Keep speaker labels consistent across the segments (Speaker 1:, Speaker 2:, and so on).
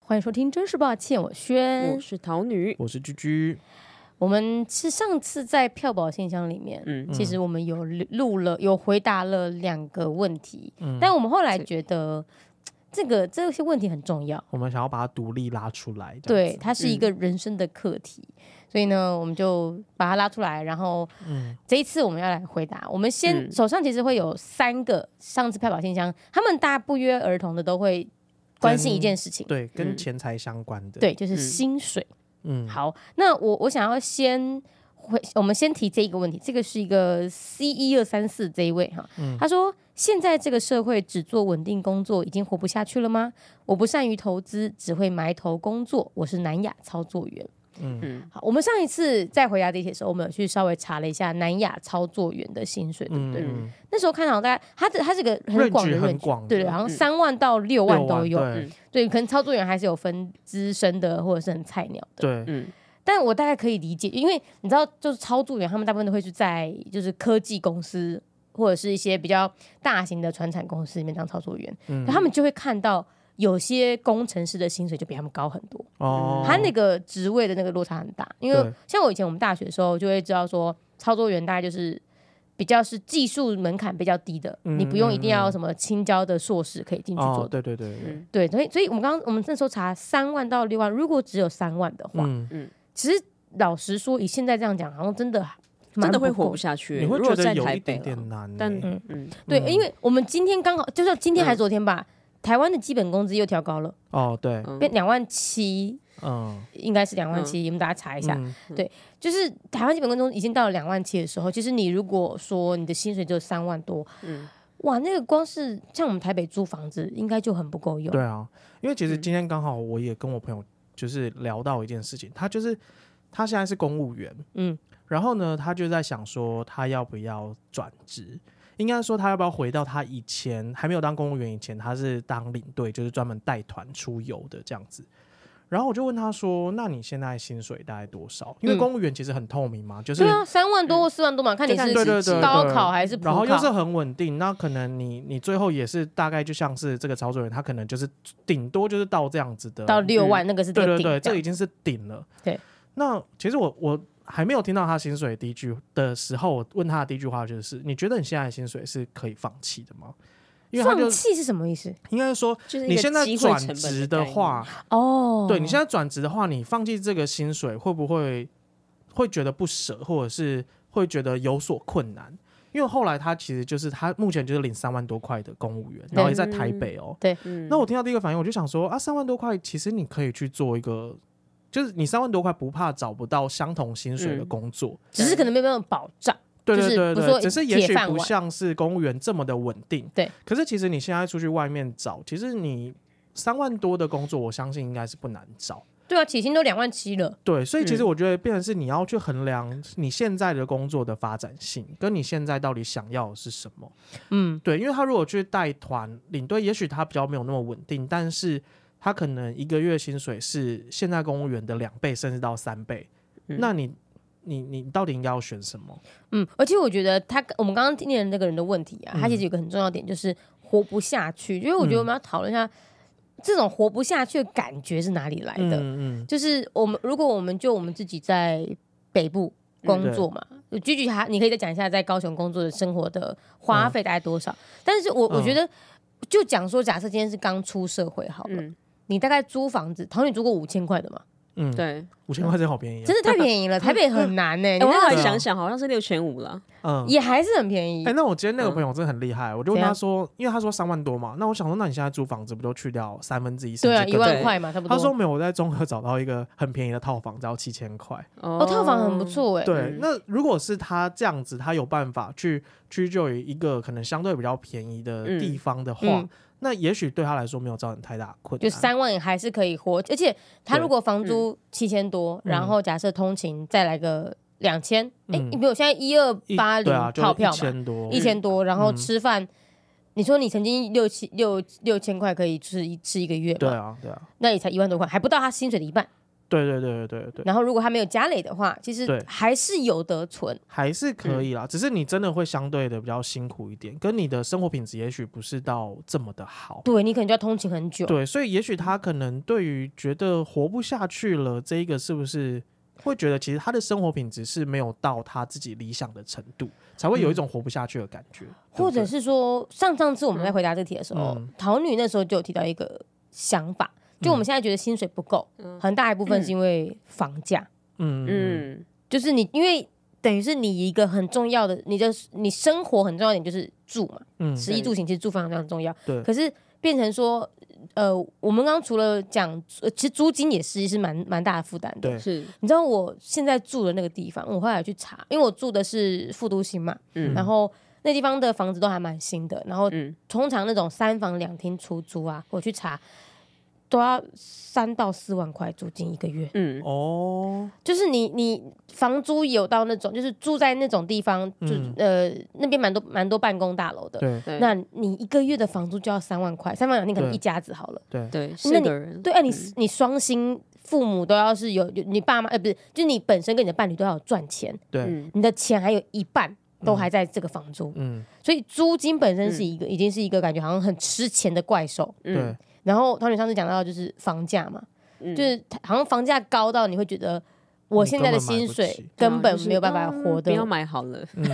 Speaker 1: 欢迎收听《真是抱歉》，我轩
Speaker 2: 我。是桃女，
Speaker 3: 我是居居，
Speaker 1: 我们是上次在票宝信箱里面，
Speaker 2: 嗯，
Speaker 1: 其实我们有录了，有回答了两个问题，
Speaker 3: 嗯，
Speaker 1: 但我们后来
Speaker 2: 是
Speaker 1: 觉得这个这些问题很重要，
Speaker 3: 我们想要把它独立拉出来，这样
Speaker 1: 对，
Speaker 3: 子，
Speaker 1: 它是一个人生的课题，所以呢，我们就把它拉出来，然后
Speaker 3: 嗯
Speaker 1: 这一次我们要来回答。我们先、
Speaker 2: 嗯
Speaker 1: 手上其实会有三个上次票宝信箱，他们大家不约而同的都会关心一件事情，
Speaker 3: 对，
Speaker 2: 嗯
Speaker 3: 跟钱财相关的，，
Speaker 1: 对，就是
Speaker 2: 嗯
Speaker 1: 薪水。
Speaker 3: 嗯，
Speaker 1: 好，那我我想要先回，我们先提这一个问题，这个是一个 C 一二三四这一位哈，
Speaker 3: 嗯
Speaker 1: 他说现在这个社会只做稳定工作已经活不下去了吗？我不善于投资，只会埋头工作，我是南亚操作员。
Speaker 3: 嗯
Speaker 2: 嗯，
Speaker 1: 好，我们上一次在回答这题的时候，我们有去稍微查了一下南亚操作员的薪水，对不
Speaker 3: 嗯
Speaker 1: 对？
Speaker 3: 嗯，
Speaker 1: 那时候看好大概它的它是个很
Speaker 3: range
Speaker 1: 广的
Speaker 3: 很
Speaker 1: range，
Speaker 3: 广的，
Speaker 1: 对对，好像
Speaker 2: 嗯
Speaker 1: 三万到六
Speaker 3: 六
Speaker 1: 万都有，
Speaker 3: 对
Speaker 1: 对，可能操作员还是有分资深的或者是很菜鸟的。
Speaker 3: 对，
Speaker 2: 嗯
Speaker 1: 但我大概可以理解，因为你知道，就是操作员他们大部分都会是在就是科技公司或者是一些比较大型的传产公司里面当操作员，
Speaker 3: 嗯
Speaker 1: 他们就会看到有些工程师的薪水就比他们高很多，
Speaker 3: 哦，
Speaker 1: 他那个职位的那个落差很大。因为
Speaker 3: 对
Speaker 1: 像我以前我们大学的时候就会知道说，操作员大概就是。比较是技术门槛比较低的，
Speaker 3: 嗯
Speaker 1: 你不用一定
Speaker 3: 嗯
Speaker 1: 要
Speaker 3: 嗯
Speaker 1: 什么青椒的硕士可以进去做
Speaker 3: 哦，
Speaker 1: 的，
Speaker 3: 对对对对，
Speaker 2: 嗯
Speaker 1: 对，所以所以我们刚刚我们那时候查三万到六万，如果只有三万的话，
Speaker 3: 嗯，
Speaker 1: 其实老实说，以现在这样讲，好像真的蛮
Speaker 2: 真的
Speaker 1: 不
Speaker 2: 会活
Speaker 1: 够
Speaker 2: 不下去。
Speaker 3: 你会
Speaker 2: 如
Speaker 3: 觉
Speaker 2: 果
Speaker 3: 得
Speaker 2: 在
Speaker 3: 有
Speaker 2: 台
Speaker 3: 一
Speaker 2: 北
Speaker 3: 点
Speaker 2: 了，
Speaker 3: 点难，
Speaker 2: 但
Speaker 3: 欸
Speaker 1: 嗯
Speaker 2: 嗯，
Speaker 1: 对，
Speaker 3: 嗯
Speaker 1: 因为我们今天刚好，就像今天还
Speaker 2: 嗯
Speaker 1: 是昨天吧，台湾的基本工资又调高了，
Speaker 3: 哦，对，
Speaker 2: 嗯
Speaker 1: 变两万七，
Speaker 3: 嗯，
Speaker 1: 应该是两万七，你们大家查一下。
Speaker 3: 嗯
Speaker 1: 就是台湾基本工资已经到了两万七的时候，其实你如果说你的薪水只有三万多，
Speaker 2: 嗯
Speaker 1: 哇，那个光是像我们台北租房子，应该就很不够用。
Speaker 3: 对啊，因为其实
Speaker 2: 嗯
Speaker 3: 今天刚好我也跟我朋友就是聊到一件事情，他就是他现在是公务员，
Speaker 1: 嗯，
Speaker 3: 然后呢，他就在想说他要不要转职。应该说，他要不要回到他以前还没有当公务员以前，他是当领队，就是专门带团出游的这样子。然后我就问他说：“那你现在薪水大概多少？因为
Speaker 1: 嗯
Speaker 3: 公务员其实很透明嘛，就是嗯
Speaker 1: 对啊，三万多或四万多嘛，看你
Speaker 2: 就看
Speaker 1: 是
Speaker 2: 对
Speaker 3: 对对
Speaker 1: 高
Speaker 3: 对
Speaker 1: 考还是普
Speaker 3: 然后
Speaker 1: 考。
Speaker 3: 又是很稳定，那可能你你最后也是大概就像是这个操作人，他可能就是顶多就是到这样子的，
Speaker 1: 到六万，那个是
Speaker 3: 对
Speaker 1: 最
Speaker 3: 对
Speaker 1: 顶
Speaker 3: 对，
Speaker 1: 的。
Speaker 3: 这已经是顶了。
Speaker 1: 对，
Speaker 3: 那其实我我还没有听到他薪水的第一句的时候，我问他的第一句话就是：你觉得你现在的薪水是可以放弃的吗？因为他就
Speaker 1: 放弃是什么意思？
Speaker 3: 应该说，
Speaker 2: 就是
Speaker 3: 你
Speaker 2: 一个
Speaker 3: 现在
Speaker 2: 机会
Speaker 3: 转
Speaker 2: 成本
Speaker 3: 职
Speaker 2: 的
Speaker 3: 的
Speaker 2: 概念
Speaker 3: 话，，
Speaker 1: 哦，
Speaker 3: 对你现在转职的话，你放弃这个薪水，会不会会觉得不舍，或者是会觉得有所困难？因为后来他其实就是他目前就是领三万多块的公务员，然后也在台北哦。
Speaker 2: 嗯
Speaker 3: 那我听到第一个反应，我就想说啊，三万多块其实你可以去做一个，就是你三万多块不怕找不到相同薪水的
Speaker 2: 嗯
Speaker 3: 工作，
Speaker 1: 只是可能没有那种保障。
Speaker 3: 对
Speaker 1: 就
Speaker 3: 对
Speaker 1: 是
Speaker 3: 对
Speaker 1: 不
Speaker 3: 对，
Speaker 1: 说
Speaker 3: 只是
Speaker 1: 铁
Speaker 3: 也许
Speaker 1: 饭
Speaker 3: 不
Speaker 1: 碗
Speaker 3: 像是公务员这么的稳定。
Speaker 1: 对，
Speaker 3: 可是其实你现在出去外面找，其实你三万多的工作，我相信应该是不难找。
Speaker 1: 对啊，起薪都两万七了，
Speaker 3: 对，所以其实
Speaker 2: 嗯
Speaker 3: 我觉得变成是你要去衡量你现在的工作的发展性，跟你现在到底想要的是什么。
Speaker 1: 嗯，
Speaker 3: 对，因为他如果去带团领队，也许他比较没有那么稳定，但是他可能一个月薪水是现在公务员的两倍，甚至到三倍。
Speaker 2: 嗯
Speaker 3: 那你你你到底应该要选什么？
Speaker 1: 嗯，而且我觉得他我们刚刚听见那个人的问题啊，
Speaker 3: 嗯
Speaker 1: 他其实有个很重要点就是活不下去，因为我觉得我们要讨论一下这种活不下去的感觉是哪里来
Speaker 3: 嗯
Speaker 1: 的。
Speaker 3: 嗯，
Speaker 1: 就是我们如果我们就我们自己在北部工作嘛，举举他，你可以再讲一下在高雄工作的生活的花费大概多少？但是我我觉得就讲说，假设今天是刚出社会好了，
Speaker 2: 嗯
Speaker 1: 你大概租房子，桃女租过五千块的嘛？
Speaker 3: 嗯，
Speaker 2: 对，
Speaker 3: 五千块真的好便宜、啊，
Speaker 1: 真的太便宜了，台北很难呢、
Speaker 2: 哎
Speaker 1: 你
Speaker 2: 我后
Speaker 1: 看
Speaker 2: 来
Speaker 3: 对啊
Speaker 2: 想想，好像是六千五了，
Speaker 3: 嗯。
Speaker 1: 也还是很便宜
Speaker 3: 哎、。那我今天那个
Speaker 2: 嗯
Speaker 3: 朋友真的很厉害，我
Speaker 1: 怎
Speaker 3: 就问
Speaker 1: 样
Speaker 3: 他说，因为他说三万多嘛，那我想说，那你现在租房子不就去掉三分之一？甚
Speaker 1: 对啊，
Speaker 3: 至
Speaker 1: 一
Speaker 3: 更
Speaker 1: 万
Speaker 2: 对
Speaker 1: 块嘛，差不多。
Speaker 3: 他说没有，我在中和找到一个很便宜的套房，只要七千块。
Speaker 2: 哦
Speaker 1: 哦，套房很不，错哎、
Speaker 3: 对
Speaker 2: 嗯，
Speaker 3: 那如果是他这样子，他有办法去居就于一个可能相对比较便宜的地方的话，
Speaker 1: 嗯嗯
Speaker 3: 那也许对他来说没有造成太大困难。
Speaker 1: 就三万还是可以活，而且他如果房租七千多，
Speaker 3: 嗯
Speaker 1: 然后假设通勤再来个两千、哎，
Speaker 3: 嗯
Speaker 1: 你比如现在一二
Speaker 3: 一
Speaker 1: 八
Speaker 3: 对啊，
Speaker 1: 零
Speaker 3: 就
Speaker 1: 套票
Speaker 3: 一
Speaker 1: 嘛，
Speaker 3: 千多，嗯
Speaker 1: 一千多，然后吃饭。你说你曾经六七六六千块可以吃一吃一个月
Speaker 3: 对
Speaker 1: 嘛？
Speaker 3: 啊，对啊，
Speaker 1: 那也才一万多块，还不到他薪水的一半。
Speaker 3: 对啊对对对对对，
Speaker 1: 然后如果他没有家累的话，其
Speaker 3: 对
Speaker 1: 实还是有得存。
Speaker 3: 还是可
Speaker 1: 嗯
Speaker 3: 以啦，只是你真的会相对的比较辛苦一点，跟你的生活品质也许不是到这么的好。
Speaker 1: 对你可能就要通勤很久，
Speaker 3: 对，所以也许他可能对于觉得活不下去了，这一个是不是会觉得其实他的生活品质是没有到他自己理想的程度，才会有一种活不下去的感觉，
Speaker 1: 或者
Speaker 3: 对不对
Speaker 1: 是说上上次我们在回答这题的时候
Speaker 3: 嗯，
Speaker 1: 桃女那时候就有提到一个想法，就我们现在觉得薪水不够，
Speaker 2: 嗯
Speaker 1: 很大一部分是因为房价，
Speaker 3: 嗯嗯
Speaker 2: 嗯，
Speaker 1: 就是你因为等于是你一个很重要的，你的你生活很重要的点就是住嘛，
Speaker 3: 嗯
Speaker 1: 食衣住行其实住房非常重要。
Speaker 3: 对
Speaker 1: 可是变成说，呃，我们刚刚除了讲，呃其实租金也是是蛮蛮大的负担的。
Speaker 3: 对
Speaker 2: 是，
Speaker 1: 你知道我现在住的那个地方，我后来去查，因为我住的是复都新嘛，
Speaker 2: 嗯
Speaker 1: 然后那地方的房子都还蛮新的，然后
Speaker 2: 嗯，
Speaker 1: 通常那种三房两厅出租啊，我去查都要三到四万块租金一个月，
Speaker 2: 嗯，
Speaker 3: 哦，
Speaker 1: 就是你你房租有到那种，就是住在那种地方，就、
Speaker 3: 嗯
Speaker 1: 呃那边蛮多蛮多办公大楼的，
Speaker 3: 对
Speaker 2: 对，
Speaker 1: 那你一个月的房租就要三万块，三万两，你可能
Speaker 3: 对
Speaker 1: 一家子好了。
Speaker 3: 对
Speaker 2: 对
Speaker 1: 那你
Speaker 2: 四个人，嗯
Speaker 1: 对，哎、你你双薪父母都要是有有你爸妈，呃，不是，就你本身跟你的伴侣都要有赚钱，
Speaker 3: 对，
Speaker 2: 嗯，
Speaker 1: 你的钱还有一半都还在这个房租，
Speaker 3: 嗯
Speaker 1: 所以租金本身是一个、已经是一个感觉好像很吃钱的怪兽。
Speaker 2: 嗯
Speaker 3: 对，
Speaker 1: 然后唐女上次讲到就是房价嘛，
Speaker 2: 嗯，
Speaker 1: 就是好像房价高到你会觉得我现在的薪水根
Speaker 2: 啊
Speaker 1: 本没有办法活
Speaker 2: 的，
Speaker 1: 的
Speaker 2: 嗯不，要买好了，
Speaker 3: 嗯，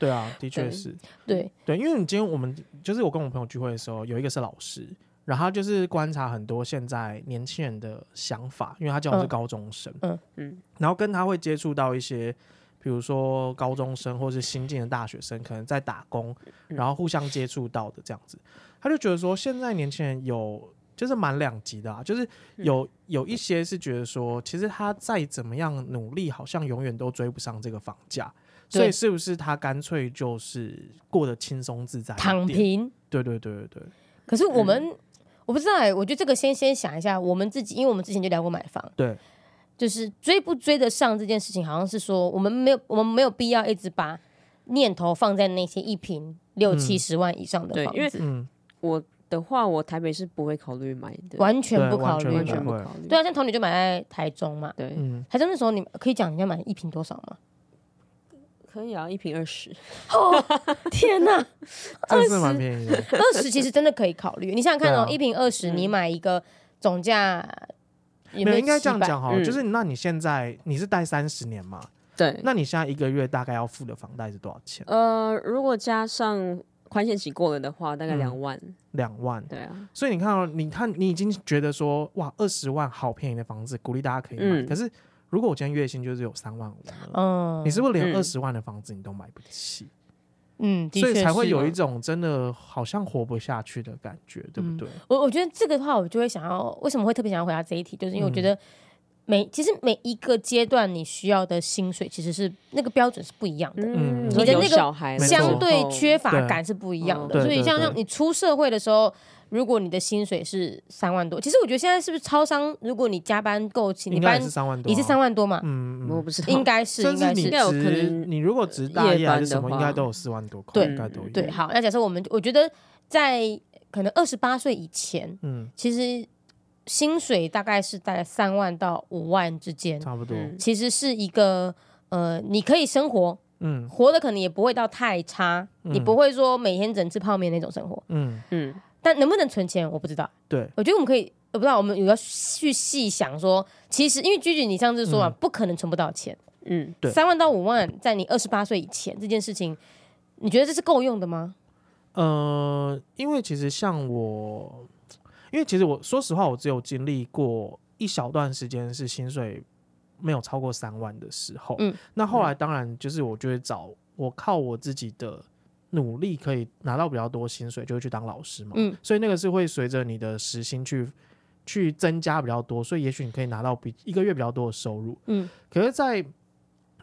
Speaker 3: 对啊，的确
Speaker 2: 对
Speaker 3: 是。
Speaker 1: 对，
Speaker 3: 对，因为你今天我们就是我跟我朋友聚会的时候，有一个是老师，然后他就是观察很多现在年轻人的想法，因为他教的是
Speaker 1: 嗯
Speaker 3: 高中生，
Speaker 1: 嗯
Speaker 2: 嗯
Speaker 3: 然后跟他会接触到一些，比如说高中生或是新进的大学生，可能在打工，然后互相接触到的这样子，他就觉得说现在年轻人有。就是蛮两极的啊，就是有有一些是觉得说，其实他再怎么样努力，好像永远都追不上这个房价，所以
Speaker 1: 对
Speaker 3: 是不是他干脆就是过得轻松自在，
Speaker 1: 躺？平。
Speaker 3: 对对对对对，
Speaker 1: 可是我们、我不知道哎、我觉得这个先先想一下，我们自己，因为我们之前就聊过买房，
Speaker 3: 对，
Speaker 1: 就是追不追得上这件事情，好像是说我们没有我们没有必要一直把念头放在那些一平六
Speaker 3: 嗯
Speaker 1: 七十万以上的
Speaker 2: 对
Speaker 1: 房
Speaker 2: 因为
Speaker 1: 子，
Speaker 3: 嗯，
Speaker 2: 我的话，我台北是不会考虑买的，
Speaker 1: 完全不
Speaker 3: 对
Speaker 1: 考虑
Speaker 2: 完
Speaker 3: 完
Speaker 2: 全
Speaker 1: 的。
Speaker 2: 不
Speaker 3: 不会
Speaker 2: 考虑，
Speaker 1: 对啊，像童女就买在台中嘛，
Speaker 2: 对，
Speaker 3: 嗯，
Speaker 1: 台中那时候你可以讲人家买一平多少吗？
Speaker 2: 可以啊，一瓶二十，
Speaker 1: 天哪，
Speaker 3: 真的是蛮便宜的。
Speaker 1: 二十其实真的可以考虑。你想想看哦，
Speaker 3: 对啊
Speaker 1: 一平二十，
Speaker 2: 嗯
Speaker 1: 你买一个总价有
Speaker 3: 没有，
Speaker 1: 有
Speaker 3: 应该这样
Speaker 1: 700？
Speaker 3: 讲哈，
Speaker 2: 嗯
Speaker 3: 就是那你现在你是贷三十年嘛？
Speaker 2: 对，
Speaker 3: 那你现在一个月大概要付的房贷是多少钱？
Speaker 2: 呃，如果加上宽限期过了的话，大概
Speaker 3: 嗯
Speaker 2: 两万，
Speaker 3: 两万。
Speaker 2: 对啊，
Speaker 3: 所以你看哦，你看你已经觉得说哇，二十万好便宜的房子，鼓励大家可以买。
Speaker 2: 嗯
Speaker 3: 可是如果我今天月薪就是有三万五呢，
Speaker 1: 嗯
Speaker 3: 你是不是连
Speaker 2: 嗯
Speaker 3: 二十万的房子你都买不起？
Speaker 1: 嗯，的
Speaker 3: 所以
Speaker 1: 确
Speaker 3: 才会
Speaker 1: 是
Speaker 3: 有一
Speaker 1: 啊
Speaker 3: 种真的好像活不下去的感觉，对不
Speaker 1: 嗯
Speaker 3: 对？
Speaker 1: 我我觉得这个的话，我就会想要为什么会特别想要回答这一题，就是因为我
Speaker 3: 嗯
Speaker 1: 觉得每、其实每一个阶段你需要的薪水其实是那个标准是不一样的，
Speaker 3: 嗯
Speaker 2: 嗯，
Speaker 3: 你
Speaker 2: 说
Speaker 1: 的
Speaker 2: 有
Speaker 1: 那个
Speaker 2: 小孩
Speaker 3: 没错
Speaker 1: 相对缺
Speaker 2: 乏，
Speaker 1: 乏感是不一样
Speaker 3: 嗯
Speaker 1: 的。所
Speaker 3: 对
Speaker 1: 以
Speaker 3: 对
Speaker 1: 像
Speaker 3: 对
Speaker 1: 像你出社会的时候。如果你的薪水是三万多，其实我觉得现在是不是超商？如果你加班够勤，
Speaker 3: 应
Speaker 1: 你
Speaker 3: 该
Speaker 1: 班
Speaker 3: 也是三万多、啊，
Speaker 1: 也是三万多嘛？
Speaker 3: 嗯，嗯
Speaker 2: 我不知道，
Speaker 1: 应该是
Speaker 3: 甚
Speaker 1: 应
Speaker 3: 至
Speaker 1: 该
Speaker 3: 你
Speaker 1: 是
Speaker 2: 该有可
Speaker 3: 值，
Speaker 2: 能
Speaker 3: 你如果值大
Speaker 2: 夜
Speaker 3: 夜还
Speaker 2: 班
Speaker 3: 是
Speaker 2: 的
Speaker 3: 什么，应
Speaker 2: 话
Speaker 3: 该都有四万多块，
Speaker 1: 对
Speaker 3: 应该都有。
Speaker 1: 对。，好，那假设我们我觉得在可能二十八岁以前，
Speaker 3: 嗯，
Speaker 1: 其实薪水大概是大概三万到五万之间，
Speaker 3: 差不多，
Speaker 2: 嗯
Speaker 1: 其实是一个呃，你可以生活，
Speaker 3: 嗯
Speaker 1: 活的可能也不会到太差，
Speaker 3: 嗯
Speaker 1: 你不会说每天整吃泡面那种生活。
Speaker 3: 嗯，
Speaker 2: 嗯，
Speaker 1: 但能不能存钱，我不知道。
Speaker 3: 对，
Speaker 1: 我觉得我们可以，我不知道我们有要去细想说，其实因为居居你上次说嘛，
Speaker 3: 嗯
Speaker 1: 不可能存不到钱，
Speaker 2: 嗯，
Speaker 3: 对
Speaker 1: 三万到五万，在你二十八岁以前这件事情，你觉得这是够用的吗？
Speaker 3: 呃，因为其实像我，因为其实我说实话，我只有经历过一小段时间是薪水没有超过三万的时候，
Speaker 1: 嗯，
Speaker 3: 那后来当然就是我就会找我靠我自己的。努力可以拿到比较多薪水，就会去当老师嘛。
Speaker 1: 嗯，
Speaker 3: 所以那个是会随着你的时薪去去增加比较多，所以也许你可以拿到比一个月比较多的收入。
Speaker 1: 嗯，
Speaker 3: 可是在，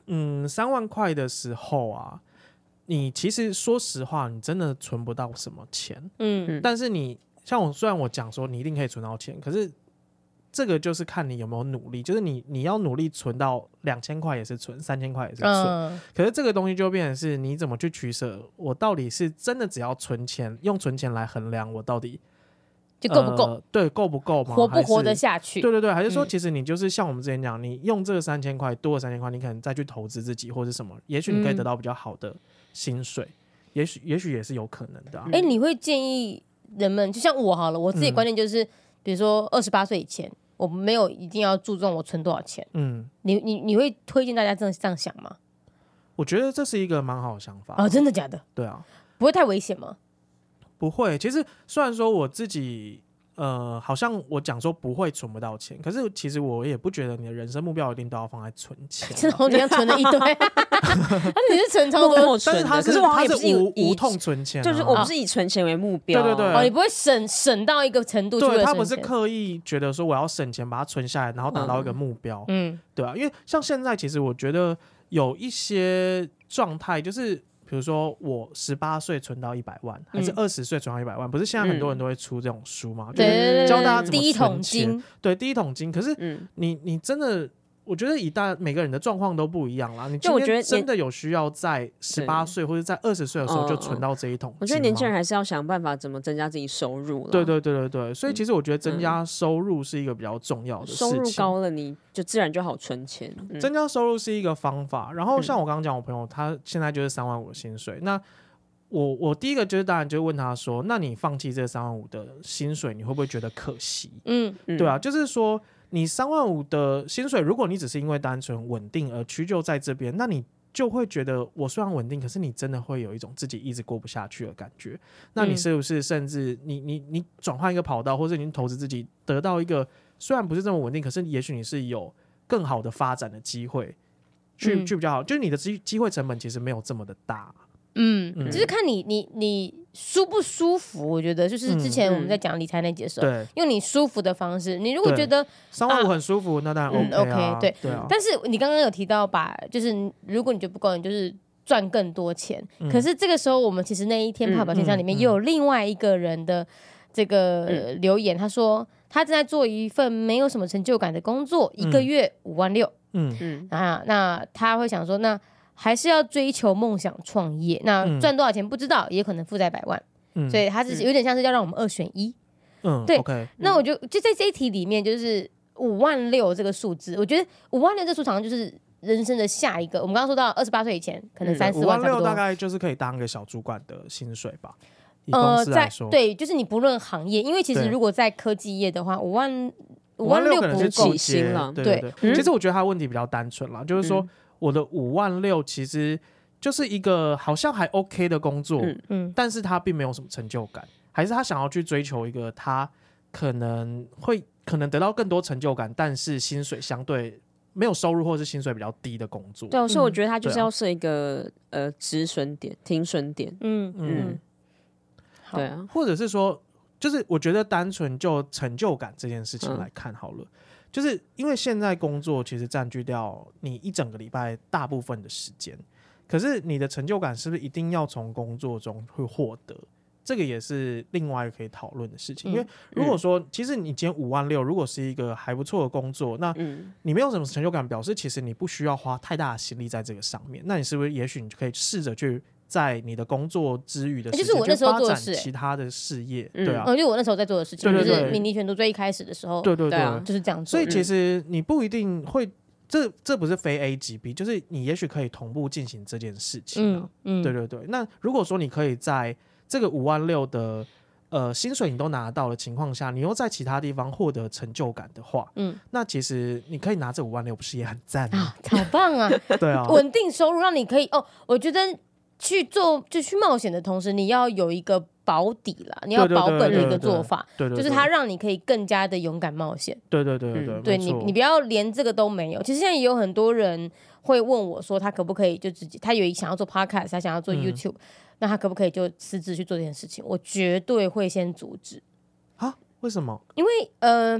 Speaker 3: 嗯三万块的时候啊，你其实说实话，你真的存不到什么钱。
Speaker 1: 嗯
Speaker 2: 嗯
Speaker 3: 但是你像我，虽然我讲说你一定可以存到钱，可是这个就是看你有没有努力，就是你你要努力存到两千块也是存，三千块也是存。
Speaker 1: 嗯，
Speaker 3: 可是这个东西就变成是你怎么去取舍，我到底是真的只要存钱，用存钱来衡量我到底
Speaker 1: 就够不够，
Speaker 3: 呃对，够不够吗？
Speaker 1: 活不活
Speaker 3: 还
Speaker 1: 得
Speaker 3: 是
Speaker 1: 下去？
Speaker 3: 对对对，还是说，
Speaker 1: 嗯
Speaker 3: 其实你就是像我们之前讲，你用这个三千块，多了三千块，你可能再去投资自己或者什么，也许你可以
Speaker 1: 嗯
Speaker 3: 得到比较好的薪水，也许也许也是有可能的、啊。
Speaker 1: 哎、你会建议人们，就像我好了，我自己
Speaker 3: 嗯
Speaker 1: 观念就是，比如说二十八岁以前，我没有一定要注重我存多少钱。
Speaker 3: 嗯，
Speaker 1: 你你你会推荐大家这样这样想吗？
Speaker 3: 我觉得这是一个蛮好的想法。
Speaker 1: 啊、真的假的？
Speaker 3: 对啊，
Speaker 1: 不会太危险吗？
Speaker 3: 不会。其实虽然说我自己。呃，好像我讲说不会存不到钱，可是其实我也不觉得你的人生目标一定都要放在存 钱啊、
Speaker 1: 真的，我好像存 了一堆，但是你是存超
Speaker 2: 默
Speaker 1: 多，
Speaker 2: 默存
Speaker 3: 但是
Speaker 2: 的，
Speaker 3: 他
Speaker 2: 可是我好像
Speaker 3: 他
Speaker 2: 也不
Speaker 3: 是
Speaker 2: 以
Speaker 3: 无
Speaker 2: 以
Speaker 3: 无痛存钱啊、
Speaker 2: 就是我不是以存钱为目标，
Speaker 3: 对对对
Speaker 1: 哦，你不会省省到一个程度去为
Speaker 3: 对
Speaker 1: 了
Speaker 3: 他
Speaker 1: 省
Speaker 3: 不是
Speaker 1: 钱？
Speaker 3: 刻意觉得说我要省钱把它存下来，然后达到一个目标，
Speaker 1: 嗯，
Speaker 3: 对啊，因为像现在其实我觉得有一些状态就是。比如说，我十八岁存到一百万，还是
Speaker 1: 嗯
Speaker 3: 二十岁存到一百万？不是现在很多人
Speaker 2: 嗯
Speaker 3: 都会出这种书吗？就
Speaker 1: 对
Speaker 3: 是
Speaker 1: 对对，
Speaker 3: 教大家
Speaker 1: 对
Speaker 3: 怎么
Speaker 1: 第一桶
Speaker 3: 存钱
Speaker 1: 金，
Speaker 3: 对第一桶金。可是
Speaker 2: 嗯，
Speaker 3: 你你真的，我觉得以大每个人的状况都不一样啦。你
Speaker 2: 就
Speaker 3: 今
Speaker 2: 我觉得
Speaker 3: 天真
Speaker 2: 年
Speaker 3: 的有需要在十八岁或者在二十岁的时候
Speaker 2: 嗯
Speaker 3: 就
Speaker 2: 嗯
Speaker 3: 存到这一桶金吗？
Speaker 2: 我觉得年轻人还是要想办法怎么增加自己收入了。
Speaker 3: 对对对对对，所以其实我觉得增
Speaker 2: 嗯
Speaker 3: 加收入是一个比较重要的事情。
Speaker 2: 收入高了，你就自然就好存钱。嗯
Speaker 3: 增加收入是一个方法。然后
Speaker 2: 嗯
Speaker 3: 像我刚刚讲，我朋友他现在就是三万五的薪水。那我我第一个就是当然就问他说，那你放弃这三万五的薪水，你会不会觉得可惜？
Speaker 1: 嗯，
Speaker 2: 嗯
Speaker 3: 对啊，就是说你三万五的薪水，如果你只是因为单纯稳定而屈就在这边，那你。就会觉得我虽然稳定，可是你真的会有一种自己一直过不下去的感觉。那你
Speaker 1: 嗯
Speaker 3: 是不是甚至你你你转换一个跑道，或者你投资自己，得到一个虽然不是这么稳定，可是也许你是有更好的发展的机会，去
Speaker 1: 嗯
Speaker 3: 去比较好，就是你的机机会成本其实没有这么的大。
Speaker 1: 嗯，
Speaker 3: 嗯
Speaker 1: 就是看你你你舒不舒服。我觉得就是之前我们在讲理财那节的时候，
Speaker 3: 嗯对，
Speaker 1: 用你舒服的方式。你如果
Speaker 3: 对
Speaker 1: 觉得，
Speaker 3: 三万五很舒服，那当然
Speaker 1: 啊嗯
Speaker 3: OK 啊，
Speaker 1: OK，对
Speaker 3: 对啊，
Speaker 1: 但是你刚刚有提到把，就是如果你觉得不够，你就是。赚更多钱，
Speaker 3: 嗯
Speaker 1: 可是这个时候，我们其实那一天
Speaker 2: 嗯
Speaker 1: 泡泡现象里面
Speaker 3: 嗯嗯嗯
Speaker 1: 也有另外一个人的这个呃留言，他说他正在做一份没有什么成就感的工作，一个
Speaker 3: 嗯
Speaker 1: 月五万六，
Speaker 3: 嗯
Speaker 2: 嗯，
Speaker 1: 啊，那他会想说，那还是要追求梦想创业。那
Speaker 3: 嗯
Speaker 1: 赚多少钱不知道，也可能负债百万，
Speaker 3: 嗯，
Speaker 1: 所以他是
Speaker 2: 嗯
Speaker 1: 有点像是要让我们二选一。
Speaker 3: 嗯
Speaker 1: 对
Speaker 3: OK，
Speaker 1: 那我就就在这一题里面，就是五万六这个数字，我觉得五万六这数常常就是人生的下一个。我们刚刚说到二十八岁以前，可能
Speaker 2: 嗯
Speaker 1: 三十
Speaker 3: 五
Speaker 1: 万
Speaker 3: 万
Speaker 1: 差不
Speaker 3: 六大
Speaker 1: 多。呃
Speaker 3: 概就是可以当一个小主管的薪水吧。以公
Speaker 1: 呃，
Speaker 3: 司
Speaker 1: 在
Speaker 3: 来说，
Speaker 1: 对，就是你不论行业，因为其实
Speaker 3: 对
Speaker 1: 如果在科技业的话，五万五
Speaker 3: 五
Speaker 1: 万六
Speaker 3: 可能
Speaker 1: 不
Speaker 3: 是
Speaker 1: 够
Speaker 3: 起，薪
Speaker 2: 薪了
Speaker 3: 对
Speaker 1: 对
Speaker 3: 对。
Speaker 2: 嗯
Speaker 3: 其实我觉得他的问题比较单纯啦，就是说
Speaker 2: 嗯
Speaker 3: 我的五万六其实就是一个好像还 OK 的工作，
Speaker 2: 嗯
Speaker 1: 嗯
Speaker 3: 但是他并没有什么成就感，还是他想要去追求一个他可能会可能得到更多成就感，但是薪水相对没有收入或者是薪水比较低的工作。
Speaker 2: 对啊，所以我
Speaker 1: 嗯
Speaker 2: 觉得他就
Speaker 3: 对
Speaker 2: 是
Speaker 3: 啊
Speaker 2: 要设一个呃止损点、停损点。
Speaker 1: 嗯
Speaker 3: 嗯
Speaker 1: 嗯，好
Speaker 2: 对啊，
Speaker 3: 或者是说，就是我觉得单纯就成就感这件事情
Speaker 1: 嗯
Speaker 3: 来看好了，就是因为现在工作其实占据掉你一整个礼拜大部分的时间，可是你的成就感是不是一定要从工作中会获得？这个也是另外可以讨论的事
Speaker 1: 嗯
Speaker 3: 情，因为如果说其实你今天五万六，如果是一个还不错的工作，那
Speaker 2: 嗯，
Speaker 3: 你没有什么成就感，表示其实你不需要花太大的心力在这个上面。那你是不是也许你就可以试着去在你的工作之余的时
Speaker 1: 就
Speaker 3: 间，
Speaker 1: 是我那时候
Speaker 3: 去
Speaker 1: 做的
Speaker 3: 发展
Speaker 1: 事欸
Speaker 3: 其他的事业，
Speaker 2: 嗯
Speaker 3: 对啊，
Speaker 1: 嗯，哦就我那时候在做的事情，
Speaker 3: 对
Speaker 1: 就
Speaker 2: 对
Speaker 1: 是
Speaker 2: 对
Speaker 1: 迷你选读最一开始的时候，
Speaker 3: 对对
Speaker 2: 对啊
Speaker 1: 就是这样做
Speaker 3: 所以
Speaker 1: 的。
Speaker 3: 其实你不一定会，这这不是非 A 即 B，就是你也许可以同步进行这件事情啊。
Speaker 1: 嗯嗯，
Speaker 3: 对对对，那如果说你可以在这个五万六的呃薪水你都拿到的情况下，你又在其他地方获得成就感的话，
Speaker 1: 嗯
Speaker 3: 那其实你可以拿这五万六，不是也很赞吗？
Speaker 1: 啊，好棒啊！
Speaker 3: 对啊，
Speaker 1: 稳定收入让你可以哦，我觉得去做就去冒险的同时，你要有一个保底啦，你要
Speaker 3: 对对
Speaker 1: 保
Speaker 3: 对
Speaker 1: 本的一
Speaker 3: 对
Speaker 1: 个
Speaker 3: 对
Speaker 1: 做法，
Speaker 3: 对对
Speaker 1: 就
Speaker 3: 对，
Speaker 1: 是它让你可以更加的勇敢冒险。
Speaker 3: 对对对对
Speaker 2: 嗯
Speaker 1: 对
Speaker 3: 没
Speaker 1: 你，
Speaker 3: 错
Speaker 1: 你不要连这个都没有。其实现在也有很多人会问我说，他可不可以就自己，他有想要做 podcast，他想要做
Speaker 3: 嗯
Speaker 1: YouTube，、那他可不可以就辞职去做这件事情？我绝对会先阻止。
Speaker 3: 啊？为什么？
Speaker 1: 因为呃，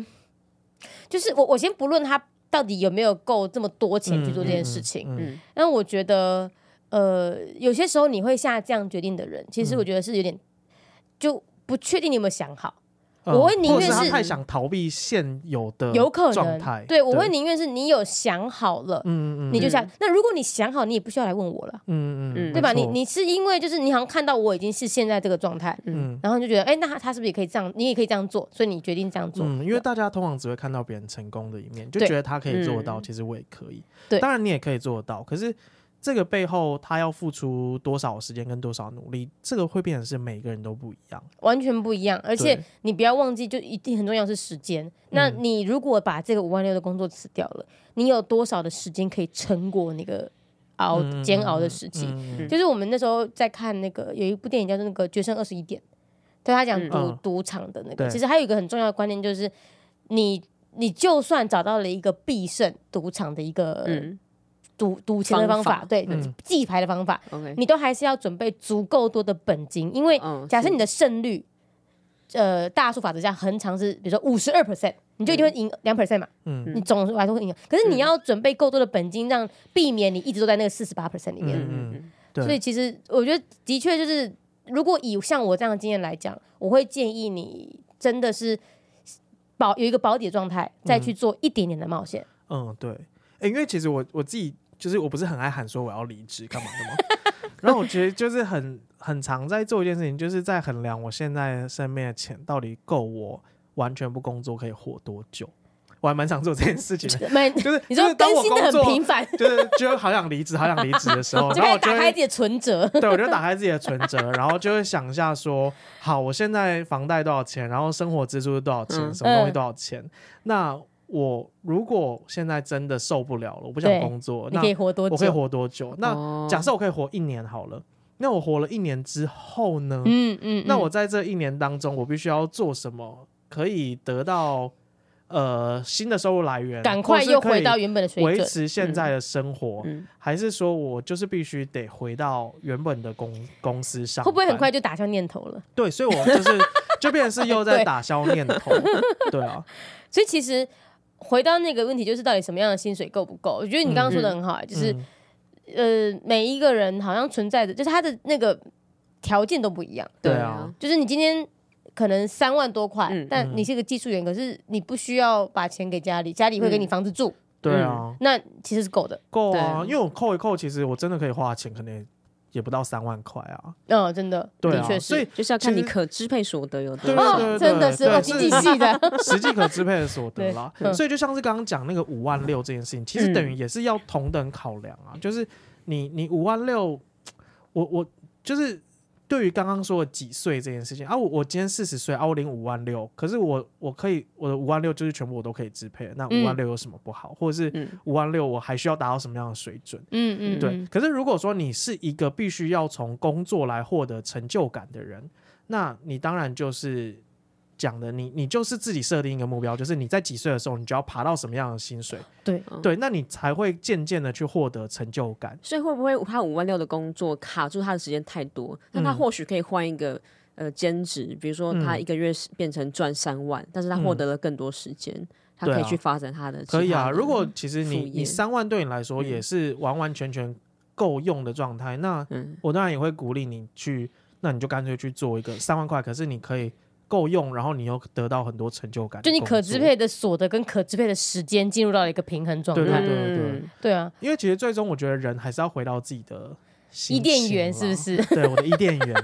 Speaker 1: 就是我我先不论他到底有没有够这么多钱去做这件事情，
Speaker 3: 嗯嗯嗯
Speaker 2: 嗯
Speaker 1: 但我觉得呃，有些时候你会下这样决定的人，其实
Speaker 3: 嗯
Speaker 1: 我觉得是有点就不确定你有没有想好。我会宁
Speaker 3: 嗯或者
Speaker 1: 愿
Speaker 3: 是他
Speaker 1: 是
Speaker 3: 太想逃避现有的
Speaker 1: 有可
Speaker 3: 嗯状态
Speaker 1: 能，对我会，宁愿是你有想好了，
Speaker 3: 嗯嗯嗯，
Speaker 1: 你就下。那如果你想好，你也不需要来问我了，
Speaker 3: 嗯嗯嗯，
Speaker 2: 嗯
Speaker 1: 对吧？
Speaker 3: 没
Speaker 1: 你
Speaker 3: 错
Speaker 1: 你是因为就是你好像看到我已经是现在这个状态，
Speaker 3: 嗯
Speaker 1: 然后你就觉得，哎，那他他是不是也可以这样？你也可以这样做，所以你决定这样做。
Speaker 3: 嗯，因为大家通常只会看到别人成功的一面，就
Speaker 1: 对
Speaker 3: 觉得他可以做得到，
Speaker 2: 嗯
Speaker 3: 其实我也可以。
Speaker 1: 对
Speaker 3: 当然你也可以做得到，可是这个背后他要付出多少时间跟多少努力，这个会变成是每个人都不一样。
Speaker 1: 完全不一样，而且
Speaker 3: 对嗯
Speaker 1: 你不要忘记，就一定很重要是时间。那你如果把这个五万六的工作辞掉了，你有多少的时间可以撑过那个熬
Speaker 3: 嗯
Speaker 1: 煎熬的时期？
Speaker 3: 嗯嗯
Speaker 1: 就是我们那时候在看那个有一部电影叫做那个《决胜二十一点》，对他讲
Speaker 2: 嗯
Speaker 1: 赌
Speaker 3: 嗯
Speaker 1: 赌场的那个，
Speaker 3: 对
Speaker 1: 其实还有一个很重要的观念就是，你你就算找到了一个必胜赌场的一个
Speaker 2: 嗯
Speaker 1: 赌赌钱的方
Speaker 2: 方法
Speaker 1: 法，对
Speaker 3: 嗯
Speaker 1: 记牌的方法，
Speaker 2: ，OK，
Speaker 1: 你都还是要准备足够多的本金，因为
Speaker 2: 嗯
Speaker 1: 假设
Speaker 2: 是
Speaker 1: 你的胜率，呃，大数法则下很长是，比如说五十二 percent，你就一定会赢两 percent 嘛，
Speaker 3: 嗯
Speaker 1: 你总来都会赢。啊可是你要准备够多的本金，让避免你一直都在那个四十八 percent 里面。
Speaker 2: 嗯嗯
Speaker 3: 对
Speaker 1: 所以其实我觉得的确就是，如果以像我这样的经验来讲，我会建议你真的是保有一个保底的状态，再去做一点点的冒险。
Speaker 3: 嗯，对，诶因为其实我我自己就是我不是很爱喊说我要离职干嘛的嘛， 然后我觉得就是很很常在做一件事情，就是在衡量我现在身边的钱到底够我完全不工作可以活多久，我还蛮常做这件事情 的，
Speaker 1: 蛮、
Speaker 3: 就是
Speaker 1: 你
Speaker 3: 就
Speaker 1: 说
Speaker 3: 是当
Speaker 1: 更
Speaker 3: 我
Speaker 1: 新的
Speaker 3: 工
Speaker 1: 很
Speaker 3: 作
Speaker 1: 频繁，
Speaker 3: 就是就好想离职，好想离职的时 候，
Speaker 1: 就
Speaker 3: 然
Speaker 1: 开
Speaker 3: 后我
Speaker 1: 始
Speaker 3: 就
Speaker 1: 打开
Speaker 3: 会
Speaker 1: 自己的存折。
Speaker 3: 对，我就打开自己的存折，然后就会想一下说，好，我现在房贷多少钱，然后生活支出是多少钱，
Speaker 2: 嗯
Speaker 3: 什么东西
Speaker 1: 嗯
Speaker 3: 多少钱？那我如果现在真的受不了了，我不想
Speaker 1: 对
Speaker 3: 工作，
Speaker 1: 你
Speaker 3: 哦那
Speaker 1: 可以活多久？哦
Speaker 3: 我可以活多久？那
Speaker 2: 那
Speaker 3: 假设我可以活一年好了，那我活了一年之后呢？
Speaker 1: 嗯嗯，
Speaker 3: 那
Speaker 1: 嗯
Speaker 3: 我在这一年当中，我必须要做什么，可以得到呃新的收入来源，
Speaker 1: 赶快
Speaker 3: 或是
Speaker 1: 又
Speaker 3: 可
Speaker 1: 回
Speaker 3: 以
Speaker 1: 到原本的水
Speaker 3: 维
Speaker 1: 准。
Speaker 3: 持现在的生活，
Speaker 2: 嗯
Speaker 3: 还是说我就是必须得回到原本的公公司上？
Speaker 1: 会不会很快？就打消念头了？
Speaker 3: 对，所以我就是就变成是又 在
Speaker 1: 对
Speaker 3: 打消念头。对啊，
Speaker 1: 所以其实回到那个问题，就是到底什么样的薪水够不够？我觉得你刚刚说的很好、 欸就是、
Speaker 3: 嗯
Speaker 1: 呃，每一个人好像存在的，就是他的那个条件都不一样。
Speaker 3: 对啊，
Speaker 1: 就是你今天可能三万多块，
Speaker 2: 嗯
Speaker 1: 但你是个技术员，可是你不需要把钱给家里，家里会
Speaker 3: 嗯
Speaker 1: 给你房子住，
Speaker 3: 对啊，
Speaker 1: 那其实是够的。
Speaker 3: 够啊，
Speaker 2: 对
Speaker 3: 因为我扣一扣，其实我真的可以花的钱，可能也也不到三万块啊。
Speaker 1: 嗯，真的，
Speaker 3: 对
Speaker 1: 的
Speaker 3: 啊，
Speaker 1: 确
Speaker 3: 所
Speaker 1: 是
Speaker 3: 以。
Speaker 2: 就是要看
Speaker 3: 其
Speaker 2: 你
Speaker 3: 实
Speaker 2: 可支配所得有多
Speaker 3: 对
Speaker 2: 少。
Speaker 3: 对对
Speaker 1: 真的是
Speaker 3: 对
Speaker 1: 哦，
Speaker 3: 是
Speaker 1: 经济系的，
Speaker 3: 实际可支配的所得啦
Speaker 1: 对。嗯嗯
Speaker 3: 所以就像是刚刚讲那个五万六这件事情，其实等于也是要同等考量啊，就是你你五万六，我我就是。对于刚刚说的几岁这件事情啊，我我今天四十岁啊，我领五万六，可是我我可以我的五万六就是全部我都可以支配了，那
Speaker 1: 嗯
Speaker 3: 五万六有什么不好？或者是
Speaker 2: 嗯
Speaker 3: 五万六我还需要达到什么样的水准？
Speaker 1: 嗯嗯，
Speaker 3: 对
Speaker 1: 嗯，，
Speaker 3: 可是如果说你是一个必须要从工作来获得成就感的人，那你当然就是讲的，你你就是自己设定一个目标，就是你在几岁的时候，你就要爬到什么样的薪水，
Speaker 1: 对
Speaker 2: 嗯
Speaker 3: 对，那你才会渐渐的去获得成就感。
Speaker 2: 所以会不会他五万六的工作卡住他的时间太多？那他
Speaker 3: 嗯
Speaker 2: 或许可以换一个呃兼职，比如说他
Speaker 3: 嗯
Speaker 2: 一个月是变成赚三万，但是他获
Speaker 3: 嗯
Speaker 2: 得了更多时间，他
Speaker 3: 对
Speaker 2: 可以
Speaker 3: 啊
Speaker 2: 去发展他的其
Speaker 3: 可以
Speaker 2: 他
Speaker 3: 啊，
Speaker 2: 的
Speaker 1: 嗯
Speaker 3: 如果其实你
Speaker 2: 副业
Speaker 3: 你三万对你来说也是完完全全够用的状态，那
Speaker 2: 嗯
Speaker 3: 我当然也会鼓励你去，那你就干脆去做一个三万块，可是你可以够用，然后你又得到很多成就感
Speaker 1: 就
Speaker 3: 的工
Speaker 1: 你
Speaker 3: 作，
Speaker 1: 可支配的所得跟可支配的时间进入到了一个平衡状态。
Speaker 3: 对对对对
Speaker 2: 嗯
Speaker 1: 对啊，
Speaker 3: 因为其实最终我觉得人还是要回到自己的
Speaker 1: 伊
Speaker 3: 伊
Speaker 1: 甸园是不？是？
Speaker 3: 对，我的伊甸园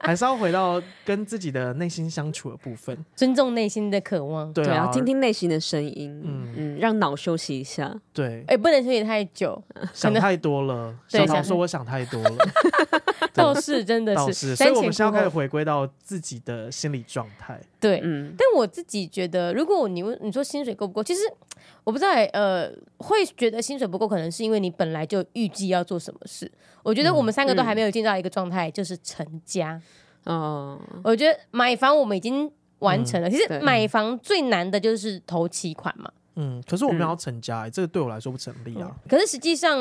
Speaker 3: 还是要回到跟自己的内心相处的部分。
Speaker 1: 尊重内心的渴望。
Speaker 3: 对
Speaker 2: 对
Speaker 3: 啊
Speaker 2: 啊，，听听内心的声音，
Speaker 3: 嗯
Speaker 2: 嗯嗯，让脑休息一下。
Speaker 3: 对，
Speaker 1: 哎、不能休息太久，
Speaker 3: 想太多了。
Speaker 1: 对
Speaker 3: 小桃
Speaker 1: 想
Speaker 3: 说我想太多 了，
Speaker 1: 倒是真的
Speaker 3: 倒
Speaker 1: 是
Speaker 3: 是，所以
Speaker 1: 瞻
Speaker 3: 我
Speaker 1: 前
Speaker 3: 们现在
Speaker 1: 顾
Speaker 3: 开始
Speaker 1: 后
Speaker 3: 回归到自己的心理状态。
Speaker 1: 对。
Speaker 2: 嗯，
Speaker 1: 但我自己觉得，如果你问你说薪水够不够，其实我不知道、欸，呃，会觉得薪水不够，可能是因为你本来就预计要做什么事。我觉得
Speaker 3: 嗯
Speaker 1: 我们三个都还没有进到一个状态，就是成家。
Speaker 3: 啊
Speaker 2: 哦，
Speaker 3: 嗯
Speaker 1: 我觉得买房我们已经完成了，其实
Speaker 2: 对
Speaker 1: 买房最难的就是投期款嘛。
Speaker 3: 嗯，可是我们
Speaker 2: 嗯
Speaker 3: 要成家、欸，这个对我来说不成立啊。
Speaker 1: 可是实际上，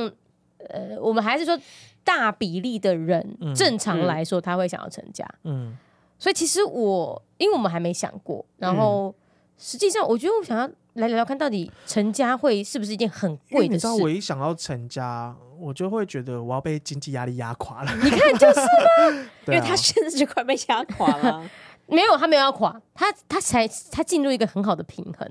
Speaker 1: 呃，我们还是说大比例的人，
Speaker 3: 嗯
Speaker 1: 正常
Speaker 2: 嗯
Speaker 1: 来说他会想要成家。
Speaker 3: 嗯
Speaker 1: 所以其实我，因为我们还没想过，然后实际上，我觉得我想要来聊聊看，到底成家会是不是一件很
Speaker 3: 因为
Speaker 1: 贵
Speaker 3: 你
Speaker 1: 的
Speaker 3: 知
Speaker 1: 事
Speaker 3: 道，？我一想要成家，我就会觉得我要被经济压力压垮了。
Speaker 1: 你看，就是
Speaker 3: 对
Speaker 2: 因为
Speaker 3: 啊
Speaker 2: 他现在就快被压垮了。
Speaker 1: 没有，他没有要垮，他他才他进入一个很好的平衡。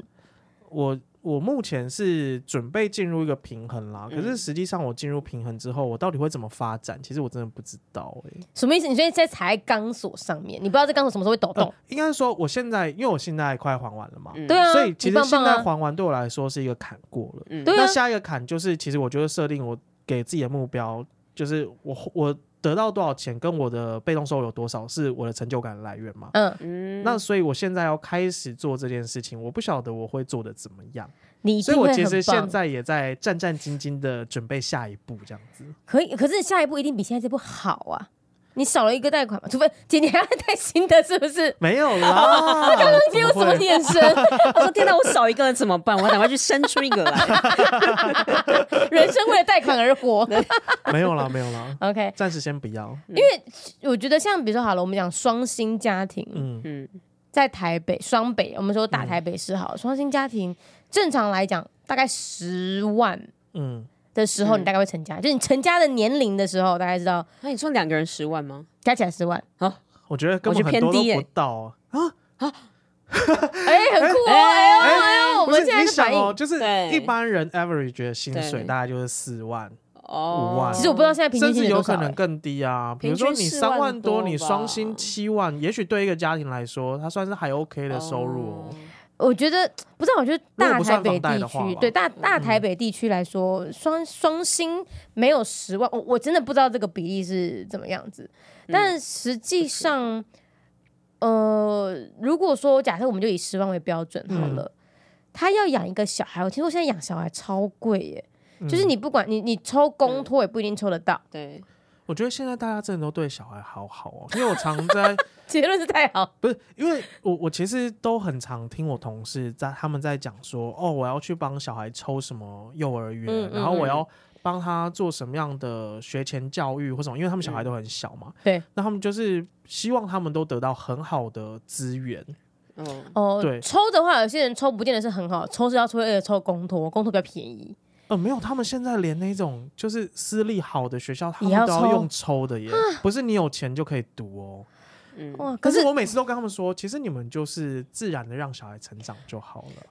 Speaker 3: 我我目前是准备进入一个平衡啦，可
Speaker 1: 嗯
Speaker 3: 是实际上我进入平衡之后，我到底会怎么发展？其实我真的不知道哎、
Speaker 1: 什么意思？你现在在踩在钢索上面，你不知道这钢索什么时候会抖动
Speaker 3: 呃。应该是说我现在，因为我现在快还完了嘛，
Speaker 1: 对啊，
Speaker 3: 所以其
Speaker 1: 你
Speaker 3: 实
Speaker 1: 棒
Speaker 3: 现
Speaker 1: 棒
Speaker 3: 在
Speaker 1: 啊，
Speaker 3: 还完对我来说是一个坎过了。
Speaker 2: 嗯
Speaker 1: 对啊
Speaker 3: 那下一个坎就是，其实我觉得设定我给自己的目标，就是我我得到多少钱，跟我的被动收入有多少，是我的成就感的来源嘛。
Speaker 1: 嗯，
Speaker 2: 嗯
Speaker 3: 那所以，我现在要开始做这件事情，我不晓得我会做的怎么样，
Speaker 1: 你一
Speaker 3: 所
Speaker 1: 定
Speaker 3: 以我
Speaker 1: 会
Speaker 3: 其实
Speaker 1: 很
Speaker 3: 现
Speaker 1: 棒。
Speaker 3: 在也在战战兢兢的准备下一步，这样子。
Speaker 1: 可以，可是下一步一定比现在这步好啊！你少了一个贷款嘛，除非姐你还要 带新的，是不是？
Speaker 3: 没有 啦，他刚刚
Speaker 1: 你有什么眼神？
Speaker 2: 他说：“天哪，我少一个人怎么办？我要赶快去生出一个 来。
Speaker 1: 人生为了贷款而活。
Speaker 3: 没有啦，没有啦，
Speaker 1: OK，
Speaker 3: 暂时先不要。
Speaker 1: 我觉得像比如说好了，我们讲双薪家庭，
Speaker 3: 嗯”
Speaker 2: 嗯，
Speaker 1: 在台北双北，我们说打台北市好了，双薪家庭正常来讲大概十万
Speaker 3: 嗯，
Speaker 1: 的时候，
Speaker 2: 嗯
Speaker 1: 你大概会成家，就是你成家的年龄的时候，大概知道
Speaker 2: 那你说两个人十万吗？
Speaker 1: 加起来十万，
Speaker 3: 我觉得根
Speaker 2: 我
Speaker 3: 本
Speaker 2: 觉得
Speaker 3: 很多
Speaker 2: 偏
Speaker 3: 都
Speaker 2: 低
Speaker 3: 不
Speaker 2: 耶
Speaker 3: 到啊。
Speaker 1: 哎、很酷哦，哎呦哎呦，我
Speaker 3: 不
Speaker 1: 们
Speaker 3: 是
Speaker 1: 现在
Speaker 3: 你
Speaker 1: 的
Speaker 3: 想
Speaker 1: 反
Speaker 3: 哦，
Speaker 1: 应，
Speaker 3: 就是
Speaker 2: 对
Speaker 3: 一般人 average 的薪水
Speaker 2: 对
Speaker 3: 大概就是四万，
Speaker 2: 哦，
Speaker 3: 五万
Speaker 1: 其实我不知道现在平
Speaker 3: 甚
Speaker 1: 均薪
Speaker 3: 至
Speaker 1: 水
Speaker 3: 有
Speaker 1: 多
Speaker 3: 可
Speaker 1: 少、
Speaker 3: 能
Speaker 1: 哎
Speaker 3: 更低啊。比
Speaker 2: 平
Speaker 3: 如说
Speaker 2: 均
Speaker 3: 你
Speaker 2: 4
Speaker 3: 三
Speaker 2: 万
Speaker 3: 多，
Speaker 2: 多
Speaker 3: 你
Speaker 2: 吧
Speaker 3: 双薪七万，也许对一个家庭来说，它算是还 OK 的收入哦。
Speaker 2: 哦。
Speaker 1: 我觉得不知道，我觉得
Speaker 3: 如果
Speaker 1: 大
Speaker 3: 不
Speaker 1: 台
Speaker 3: 算
Speaker 1: 北
Speaker 3: 房贷
Speaker 1: 地
Speaker 3: 的话
Speaker 1: 区
Speaker 3: 吧嗯
Speaker 1: 对大大台北地区来说，双双薪没有十万，我我真的不知道这个比例是怎么样子。
Speaker 3: 嗯
Speaker 1: 但实际上，呃，如果说假设我们就以十万为标准好了，
Speaker 3: 嗯
Speaker 1: 他要养一个小孩，我听说现在养小孩超贵耶，就是
Speaker 3: 嗯，
Speaker 1: 你不管你你抽公托也不一定抽得到。
Speaker 2: 对，
Speaker 3: 我觉得现在大家真的都对小孩好好哦，因为我常在
Speaker 1: 结论是太好，
Speaker 3: 不是，因为我我其实都很常听我同事在他们在讲说，哦，我要去帮小孩抽什么幼儿园，
Speaker 1: 嗯嗯
Speaker 3: 然后我
Speaker 2: 嗯
Speaker 3: 要帮他做什么样的学前教育或什么，因为他们小
Speaker 2: 嗯
Speaker 3: 孩都很小嘛，
Speaker 1: 对，
Speaker 3: 那他们就是希望他们都得到很好的资源，
Speaker 2: 嗯，
Speaker 1: 哦
Speaker 3: 对，
Speaker 1: 抽的话，有些人抽不见得是很好，抽是要抽，而且抽公托，公托比较便宜。
Speaker 3: 呃，没有，他们现在连那种就是私立好的学校，他
Speaker 1: 也
Speaker 3: 们
Speaker 1: 要
Speaker 3: 都要
Speaker 1: 抽
Speaker 3: 用抽的耶，不是你有钱就可以读哦。
Speaker 2: 嗯，
Speaker 1: 哇，可
Speaker 3: 可
Speaker 1: 是
Speaker 3: 是我每次都跟他们说，其实你们就是自然的让小孩成长就好了。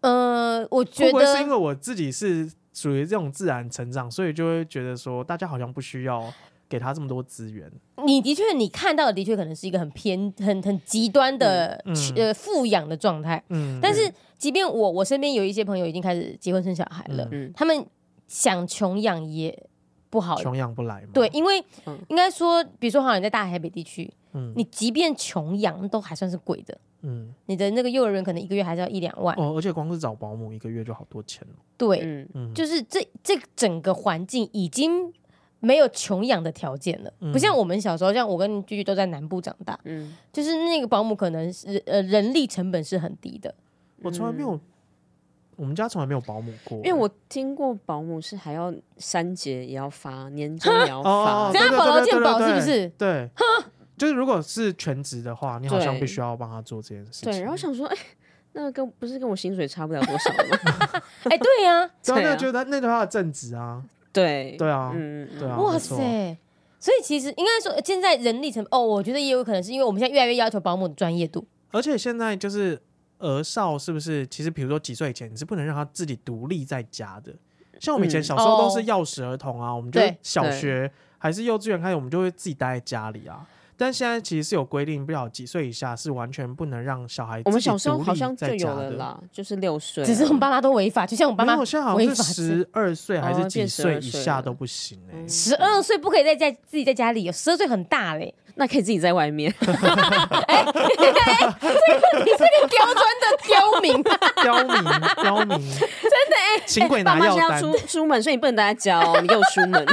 Speaker 1: 呃，我觉
Speaker 3: 会不会是因
Speaker 1: 得
Speaker 3: 为我自己是属于这种自然成长，所以就会觉得说，大家好像不需要给他这么多资源？
Speaker 1: 你的确你看到的的确可能是一个很偏、很很极端的、
Speaker 3: 嗯嗯
Speaker 1: 呃富养的状态。
Speaker 3: 嗯，
Speaker 1: 但是，即便我我身边有一些朋友已经开始结婚生小孩了，
Speaker 2: 嗯
Speaker 1: 他们想穷养也不好。
Speaker 3: 穷养不来嘛。
Speaker 1: 对，，因为
Speaker 2: 嗯
Speaker 1: 应该说，比如说，好像你在大台北地区，
Speaker 3: 嗯
Speaker 1: 你即便穷养都还算是贵的。
Speaker 3: 嗯
Speaker 1: 你的那个幼儿园可能一个月还是要一两万，
Speaker 3: 哦，而且光是找保姆一个月就好多钱了。
Speaker 1: 对，
Speaker 2: 嗯，
Speaker 3: 嗯，
Speaker 1: 就是这这整个环境已经没有穷养的条件了，
Speaker 3: 嗯
Speaker 1: 不像我们小时候，像我跟居居都在南部长大，
Speaker 2: 嗯，
Speaker 1: 就是那个保姆可能是呃人力成本是很低的，
Speaker 3: 我从来没有，我们家从来没有保姆过，
Speaker 2: 因为我听过保姆是还要三节也要发，年终也要
Speaker 3: 哦
Speaker 2: 发，
Speaker 1: 这样
Speaker 3: 对对
Speaker 1: 保劳
Speaker 3: 对
Speaker 1: 健
Speaker 3: 对
Speaker 1: 保
Speaker 3: 对
Speaker 1: 是不是？
Speaker 3: 对，就是如果是全职的话，你好像
Speaker 2: 对
Speaker 3: 必须要帮他做这件事情。
Speaker 2: 对，然后想说，哎，那跟不是跟我薪水差不了多少 吗？
Speaker 1: 哎，对呀、
Speaker 3: 对啊，
Speaker 2: 对啊
Speaker 3: 那就他那就是他的正职啊，
Speaker 2: 对，
Speaker 3: 对啊，
Speaker 2: 嗯，嗯
Speaker 3: 对啊，
Speaker 1: 哇
Speaker 3: 没错，
Speaker 1: 塞！所以其实应该说，呃现在人力成本哦，我觉得也有可能是因为我们现在越来越要求保姆的专业度，
Speaker 3: 而且现在就是儿少是不是？其实比如说几岁以前，你是不能让他自己独立在家的。像我们以前
Speaker 2: 嗯哦
Speaker 3: 小时候都是
Speaker 1: 哦
Speaker 3: 钥匙儿童啊，我们就
Speaker 1: 对
Speaker 3: 小
Speaker 2: 对
Speaker 3: 学还是幼稚园开始，我们就会自己待在家里啊。但现在其实是有规定，不了几岁以下是完全不能让小孩
Speaker 2: 我们
Speaker 3: 自己
Speaker 2: 小时候
Speaker 3: 独
Speaker 2: 好
Speaker 3: 立
Speaker 2: 像
Speaker 3: 在
Speaker 2: 就有
Speaker 3: 家
Speaker 2: 了
Speaker 3: 的
Speaker 2: 啦，就是六岁啊，
Speaker 1: 只是我们爸妈都违法，就像我爸
Speaker 3: 没
Speaker 1: 妈
Speaker 3: 有，现在好
Speaker 1: 违
Speaker 3: 像是
Speaker 1: 法
Speaker 3: 十二岁还是
Speaker 2: 哦
Speaker 3: 几
Speaker 2: 变
Speaker 3: 岁
Speaker 2: 12
Speaker 3: 以
Speaker 2: 岁
Speaker 3: 下
Speaker 2: 了
Speaker 3: 都不行哎、
Speaker 2: 嗯
Speaker 1: 十二岁不可以在家自己在家里，有十二岁很大嘞，
Speaker 2: 那可以自己在外面，
Speaker 1: 你是个刁钻的刁 民。
Speaker 3: 刁民，刁民，真的哎、请鬼
Speaker 2: 爸
Speaker 3: 拿
Speaker 2: 欸妈
Speaker 3: 药
Speaker 2: 是要
Speaker 3: 单，
Speaker 2: 出出门，所以你不能待在家哦，你给我出门。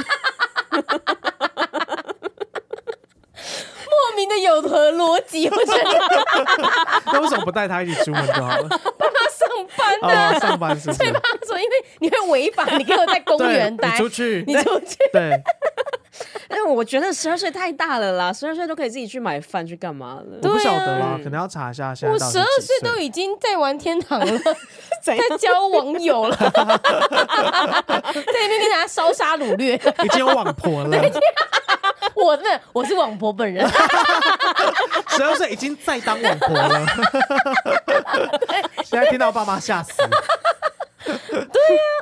Speaker 1: 莫名的有何逻辑？我觉得
Speaker 3: 那为什么不带他一起出门就 好了？
Speaker 1: 他上班的、
Speaker 2: 啊
Speaker 3: 哦，上班是不
Speaker 1: 对
Speaker 3: 是
Speaker 1: 吧？？说因为你会违法，你给我在公
Speaker 3: 对，
Speaker 1: 园
Speaker 3: 你
Speaker 1: 待，
Speaker 3: 出去，
Speaker 1: 你出去。
Speaker 3: 对，
Speaker 2: 但是哎我觉得十二岁太大了啦，十二岁都可以自己去买饭去干嘛了
Speaker 3: 我。不
Speaker 1: 对
Speaker 3: 晓得啦
Speaker 1: 啊，
Speaker 3: 可能要查一下现在
Speaker 1: 我
Speaker 3: 到底
Speaker 1: 十
Speaker 3: 是
Speaker 1: 二
Speaker 3: 几
Speaker 1: 岁
Speaker 3: 岁
Speaker 1: 都已经在玩天堂 了，
Speaker 2: 怎样
Speaker 1: 在交网友了，在那边跟大家烧杀掳掠。
Speaker 3: 已经有 网婆了，
Speaker 1: 我真的我是网婆本人，
Speaker 3: 十二岁已经在当网婆了， 现在听到爸妈吓 死。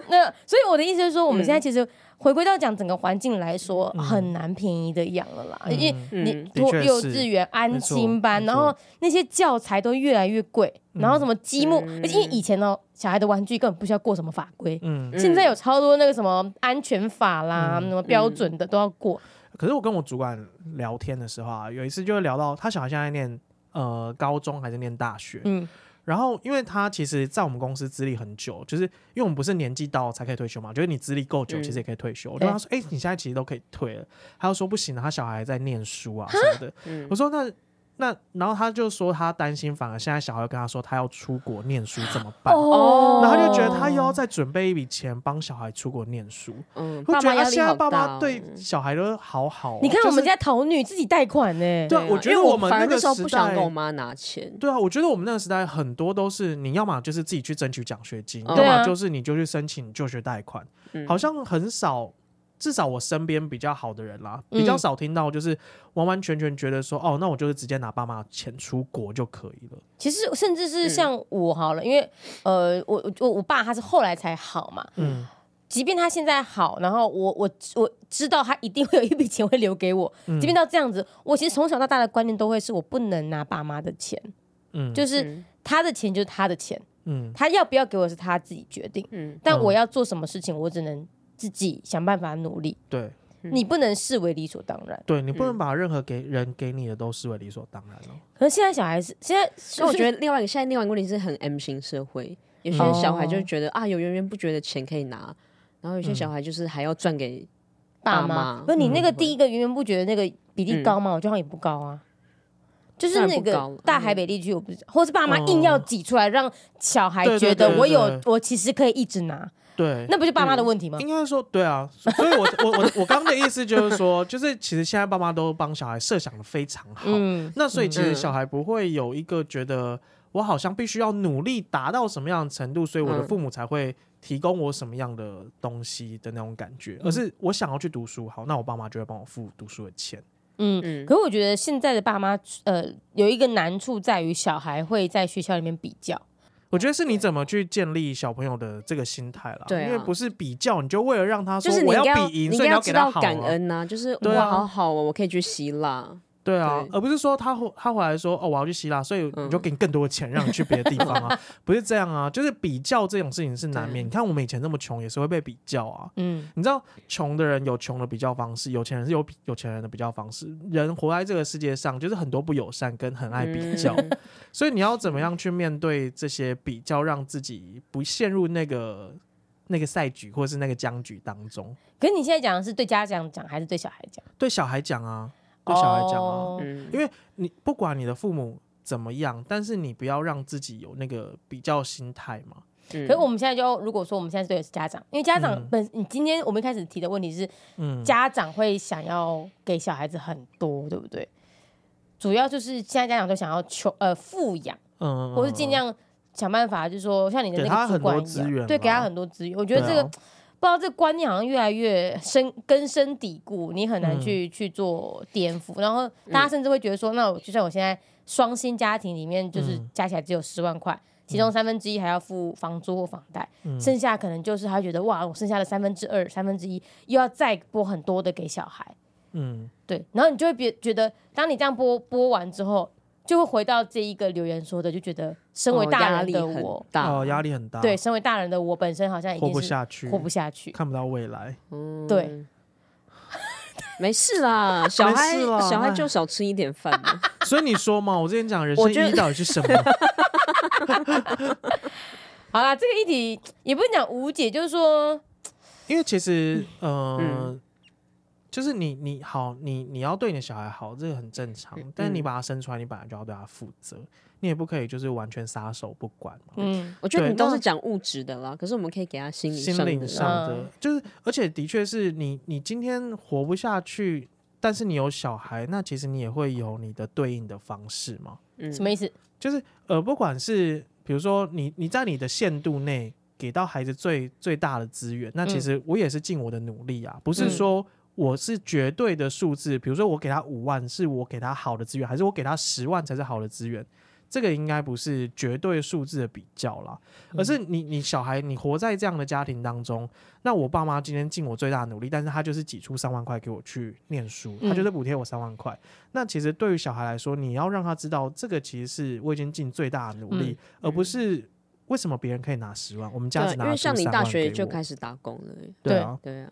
Speaker 1: 那所以我的意思是说，我们现在其实回归到讲整个环境来说，
Speaker 3: 嗯
Speaker 1: 很难便宜的养了啦，因为你
Speaker 2: 嗯
Speaker 1: 托
Speaker 3: 的确是
Speaker 1: 幼稚园、安亲班，
Speaker 3: 没错
Speaker 1: 然后那些教材都越来越贵，
Speaker 3: 嗯
Speaker 1: 然后什么积木，
Speaker 2: 嗯
Speaker 1: 而且因为以前呢，小孩的玩具根本不需要过什么法规。
Speaker 3: 嗯，
Speaker 1: 现在有超多那个什么安全法啦，什么标准的都要过。
Speaker 3: 可是我跟我主管聊天的时候啊，有一次就会聊到他小孩现在念呃高中还是念大学，
Speaker 1: 嗯，
Speaker 3: 然后因为他其实，在我们公司资历很久，就是因为我们不是年纪到才可以退休嘛，就是你资历够久，
Speaker 2: 嗯
Speaker 3: 其实也可以退休。我就跟他说，哎、你现在其实都可以退了。他就说不行啊，他小孩还在念书啊什么的。
Speaker 2: 嗯
Speaker 3: 我说那那，然后他就说他担心，反而现在小孩跟他说他要出国念书怎么办？
Speaker 2: 哦
Speaker 3: 然后他就觉得他又要再准备一笔钱帮小孩出国念书，
Speaker 2: 嗯，
Speaker 3: 我
Speaker 2: 爸
Speaker 3: 觉
Speaker 2: 妈
Speaker 3: 得啊
Speaker 2: 压力
Speaker 3: 现在
Speaker 2: 好
Speaker 3: 爸
Speaker 2: 大
Speaker 3: 妈
Speaker 2: 哦。
Speaker 3: 对小孩都好好哦、
Speaker 1: 你看
Speaker 3: 就是
Speaker 1: 我们家桃女自己贷款呢，
Speaker 3: 对啊
Speaker 2: 啊
Speaker 3: 我觉
Speaker 2: 因
Speaker 3: 得
Speaker 2: 为
Speaker 3: 我
Speaker 2: 我
Speaker 3: 们
Speaker 2: 反而
Speaker 3: 那个
Speaker 2: 那时候
Speaker 3: 时
Speaker 2: 不想
Speaker 3: 代
Speaker 2: 跟我妈拿钱，
Speaker 3: 对啊，我觉得我们那个时代很多都是你要么就是自己去争取奖学金，
Speaker 2: 嗯
Speaker 3: 要
Speaker 1: 对
Speaker 3: 么
Speaker 1: 啊
Speaker 3: 就是你就去申请就学贷款，
Speaker 2: 嗯
Speaker 3: 好像很少。至少我身边比较好的人啦，
Speaker 1: 嗯
Speaker 3: 比较少听到就是完完全全觉得说，哦，那我就是直接拿爸妈的钱出国就可以了。
Speaker 1: 其实甚至
Speaker 3: 嗯
Speaker 1: 是像我好了，因为呃，我我我我爸他是后来才好嘛，
Speaker 3: 嗯，
Speaker 1: 即便他现在好，然后我我我知道他一定会有一笔钱会留给我，
Speaker 3: 嗯
Speaker 1: 即便到这样子，我其实从小到大的观念都会是我不能拿爸妈的钱，
Speaker 3: 嗯，
Speaker 1: 就是
Speaker 2: 嗯
Speaker 1: 他的钱就是他的钱，
Speaker 3: 嗯
Speaker 1: 他要不要给我是他自己决定，
Speaker 2: 嗯
Speaker 1: 但
Speaker 3: 嗯
Speaker 1: 我要做什么事情，我只能自己想办法努力，
Speaker 3: 对
Speaker 2: 嗯
Speaker 1: 你不能视为理所当然。
Speaker 3: 对，你不能把任何给人给你的都视为理所当然了。
Speaker 1: 可是现在小孩是现在，
Speaker 2: 所以我觉得另外一个现在另外一个问题是很 M 型社会，有些
Speaker 1: 嗯
Speaker 2: 小孩
Speaker 3: 哦
Speaker 2: 就觉得、啊，有源源不绝的钱可以拿，然后有些
Speaker 3: 嗯
Speaker 2: 小孩就是还要赚给
Speaker 1: 爸
Speaker 2: 爸
Speaker 1: 妈
Speaker 2: 妈，
Speaker 1: 不是你那个
Speaker 2: 嗯
Speaker 1: 第一个源源不绝的那个比
Speaker 3: 嗯
Speaker 1: 例高吗？我觉得好像也不高啊。就是那
Speaker 2: 当然不
Speaker 1: 个
Speaker 2: 高
Speaker 1: 大台北地区，我不知道，或是爸妈
Speaker 3: 嗯
Speaker 1: 硬要挤出来，让小孩
Speaker 3: 对对
Speaker 1: 觉得
Speaker 3: 对
Speaker 1: 我
Speaker 3: 对嗯
Speaker 1: 有，我其实可以一直拿，
Speaker 3: 对，
Speaker 1: 那不就爸妈的问题吗？
Speaker 3: 应该说对啊，所以我我我我刚刚的意思就是说，就是其实现在爸妈都帮小孩设想的非常好，
Speaker 1: 嗯，
Speaker 3: 那所以其实
Speaker 2: 嗯
Speaker 3: 小孩不会有一个觉得我好像必须要努力达到什么样的程度，所以我的
Speaker 2: 嗯
Speaker 3: 父母才会提供我什么样的东西的那种感觉，
Speaker 2: 嗯
Speaker 3: 而是我想要去读书，好，那我爸妈就会帮我付读书的钱。
Speaker 1: 嗯，
Speaker 2: 嗯
Speaker 1: 可是我觉得现在的爸妈，呃，有一个难处在于小孩会在学校里面比较，
Speaker 3: 我觉得是你怎么去建立小朋友的这个心态啦，
Speaker 2: 对啊
Speaker 3: 因为不是比较，你就为了让他说
Speaker 2: 就是你
Speaker 3: 我
Speaker 2: 应该
Speaker 3: 比赢，
Speaker 2: 你应
Speaker 3: 所以
Speaker 2: 该
Speaker 3: 你要
Speaker 2: 知
Speaker 3: 给
Speaker 2: 道
Speaker 3: 他好、
Speaker 2: 感
Speaker 3: 啊，
Speaker 2: 恩呐、就是
Speaker 3: 对
Speaker 2: 哇，
Speaker 3: 啊
Speaker 2: 好好哦，我可以去希腊，
Speaker 3: 对啊，
Speaker 2: 对
Speaker 3: 而不是说他回他回来说哦我要去希腊，所以你就
Speaker 2: 嗯
Speaker 3: 给你更多的钱让你去别的地方啊， 不是这样啊，就是比较这种事情是难
Speaker 2: 对
Speaker 3: 免。你看我们以前那么穷也是会被比较啊，
Speaker 1: 嗯，
Speaker 3: 你知道，穷的人有穷的比较方式，有钱人是有比有钱人的比较方式。人活在这个世界上，就是很多不友善跟很爱比较，
Speaker 2: 嗯
Speaker 3: 所以你要怎么样去面对这些比较，让自己不陷入那个那个赛局或是那个僵局当中？
Speaker 1: 可是你现在讲的是对家长讲还是对小孩讲？
Speaker 3: 对小孩讲啊，对小孩讲啊，
Speaker 1: 哦
Speaker 2: 嗯
Speaker 3: 因为你不管你的父母怎么样，但是你不要让自己有那个比较心态嘛。
Speaker 2: 嗯
Speaker 1: 可是我们现在就要如果说我们现在对的是家长，因为家长
Speaker 3: 嗯
Speaker 1: 本、你今天我们一开始提的问题是
Speaker 3: 嗯，
Speaker 1: 家长会想要给小孩子很多，对不对？主要就是现在家长都想要求呃富养，
Speaker 3: 嗯，
Speaker 1: 或是尽量想办法，就是说像你的
Speaker 3: 给
Speaker 1: 那
Speaker 3: 他
Speaker 1: 个
Speaker 3: 很
Speaker 1: 主
Speaker 3: 多
Speaker 1: 管一
Speaker 3: 资
Speaker 1: 样
Speaker 3: 源
Speaker 1: 对，
Speaker 3: 吧
Speaker 1: 给他很多资源。我觉得这个、
Speaker 3: 对啊
Speaker 1: 不知道这个观念好像越来越深根深蒂固，你很难
Speaker 3: 嗯
Speaker 1: 去、去做颠覆。然后大家甚至会觉得说，那我就算我现在双薪家庭里面，就是
Speaker 3: 嗯
Speaker 1: 加起来只有十万块。其中三分之一还要付房租或房贷，
Speaker 3: 嗯
Speaker 1: 剩下可能就是他觉得哇，我剩下的三分之二、三分之一又要再拨很多的给小孩，
Speaker 3: 嗯
Speaker 1: 对，然后你就会别觉得，当你这样播播完之后，就会回到这一个留言说的，就觉得身为
Speaker 2: 哦
Speaker 1: 大
Speaker 2: 压
Speaker 1: 人
Speaker 2: 力
Speaker 1: 的
Speaker 2: 很
Speaker 1: 我，
Speaker 2: 大
Speaker 3: 哦，压力很大，
Speaker 1: 对，，身为大人的我本身好像已
Speaker 3: 活
Speaker 1: 经
Speaker 3: 不
Speaker 1: 是
Speaker 3: 下去，
Speaker 1: 活不下去。
Speaker 3: 看不到未来。
Speaker 2: 嗯
Speaker 1: 对，
Speaker 2: 没事 啦，小孩
Speaker 3: 没事啦
Speaker 2: 小孩就少吃一点饭嘛，
Speaker 3: 所以你说嘛，我之前讲人
Speaker 2: 我
Speaker 3: 生
Speaker 2: 觉
Speaker 3: 意
Speaker 2: 得
Speaker 3: 义到底是什么？
Speaker 1: 好啦，这个议题也不能讲无解，就是说，
Speaker 3: 因为其实，呃，
Speaker 2: 嗯
Speaker 3: 就是你你好，你你要对你的小孩好，这个很正常。
Speaker 2: 嗯
Speaker 3: 但是你把他生出来，你本来就要对他负责，你也不可以就是完全撒手不管嘛。
Speaker 1: 嗯，
Speaker 2: 我觉得
Speaker 3: 对
Speaker 2: 你都
Speaker 3: 那
Speaker 2: 是讲物质的啦，可是我们可以给他心理
Speaker 3: 心
Speaker 2: 上
Speaker 3: 灵
Speaker 2: 的嗯
Speaker 3: 上
Speaker 2: 啦，
Speaker 3: 的，就是而且的确是你你今天活不下去，但是你有小孩，那其实你也会有你的对应的方式嘛。
Speaker 2: 嗯
Speaker 1: 什么意思？
Speaker 3: 就是呃，不管是比如说你你在你的限度内给到孩子最最大的资源，那其
Speaker 1: 嗯
Speaker 3: 实我也是尽我的努力啊，不是
Speaker 1: 嗯
Speaker 3: 说我是绝对的数字，比如说我给他五万，是我给他好的资源，还是我给他十万才是好的资源？这个应该不是绝对数字的比较啦，
Speaker 1: 嗯
Speaker 3: 而是你你小孩你活在这样的家庭当中，那我爸妈今天尽我最大的努力，但是他就是挤出三万块给我去念书，他
Speaker 1: 嗯
Speaker 3: 就是补贴我三万块。那其实对于小孩来说，你要让他知道这个其实是我已经尽最大的努力，而不是为什么别人可以拿十万，我们家
Speaker 2: 对
Speaker 3: 只，拿
Speaker 2: 因为像你大学就
Speaker 3: 始
Speaker 2: 开始打工了，
Speaker 3: 对啊，
Speaker 2: 对啊，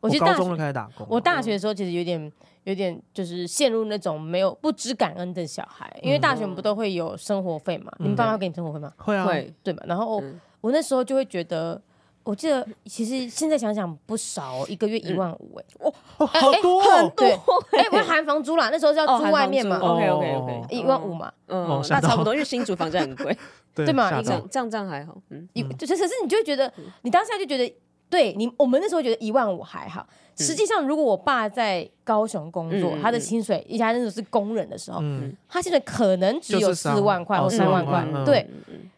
Speaker 1: 我
Speaker 3: 我
Speaker 1: 其实
Speaker 3: 高
Speaker 1: 大
Speaker 3: 中就
Speaker 1: 学
Speaker 3: 开始打工了，
Speaker 1: 我大学的时候其实有点有点就是陷入那种没有不知感恩的小孩，因为大学我们不都会有生活费嘛？你们爸妈会给你生活费吗？
Speaker 3: 会啊，
Speaker 2: 会
Speaker 1: 对嘛？然后
Speaker 2: 嗯
Speaker 1: 我那时候就会觉得。我记得，其实现在想想不少哦、一个月一万五哎、
Speaker 3: 嗯哦，好多哦，
Speaker 1: 对， 哎、我含房租啦，那时候是要
Speaker 2: 哦，
Speaker 1: 住外面嘛，
Speaker 3: 哦
Speaker 2: OK OK OK，
Speaker 1: 一万五，嘛，
Speaker 3: 哦
Speaker 2: 嗯，
Speaker 3: 吓
Speaker 2: 那
Speaker 3: 到
Speaker 2: 差不多，因为新竹房价很贵，
Speaker 3: 对
Speaker 1: 对嘛
Speaker 3: 吓
Speaker 1: 一
Speaker 2: 这
Speaker 1: 个
Speaker 3: 到
Speaker 2: 样这样这样还好，嗯，
Speaker 1: 一就是可是你就会觉得，
Speaker 3: 嗯
Speaker 1: 你当下就觉得，对你，我们那时候觉得一万五还好。
Speaker 3: 嗯
Speaker 1: 实际上，如果我爸在高雄工作，
Speaker 2: 嗯嗯
Speaker 1: 他的薪水，以前他那时候是工人的时候，
Speaker 3: 嗯，
Speaker 1: 他现在可能只
Speaker 3: 就
Speaker 1: 有
Speaker 3: 是三
Speaker 1: 四万块或
Speaker 3: 哦
Speaker 1: 三万
Speaker 3: 4
Speaker 1: 块
Speaker 3: 万，嗯
Speaker 1: 对，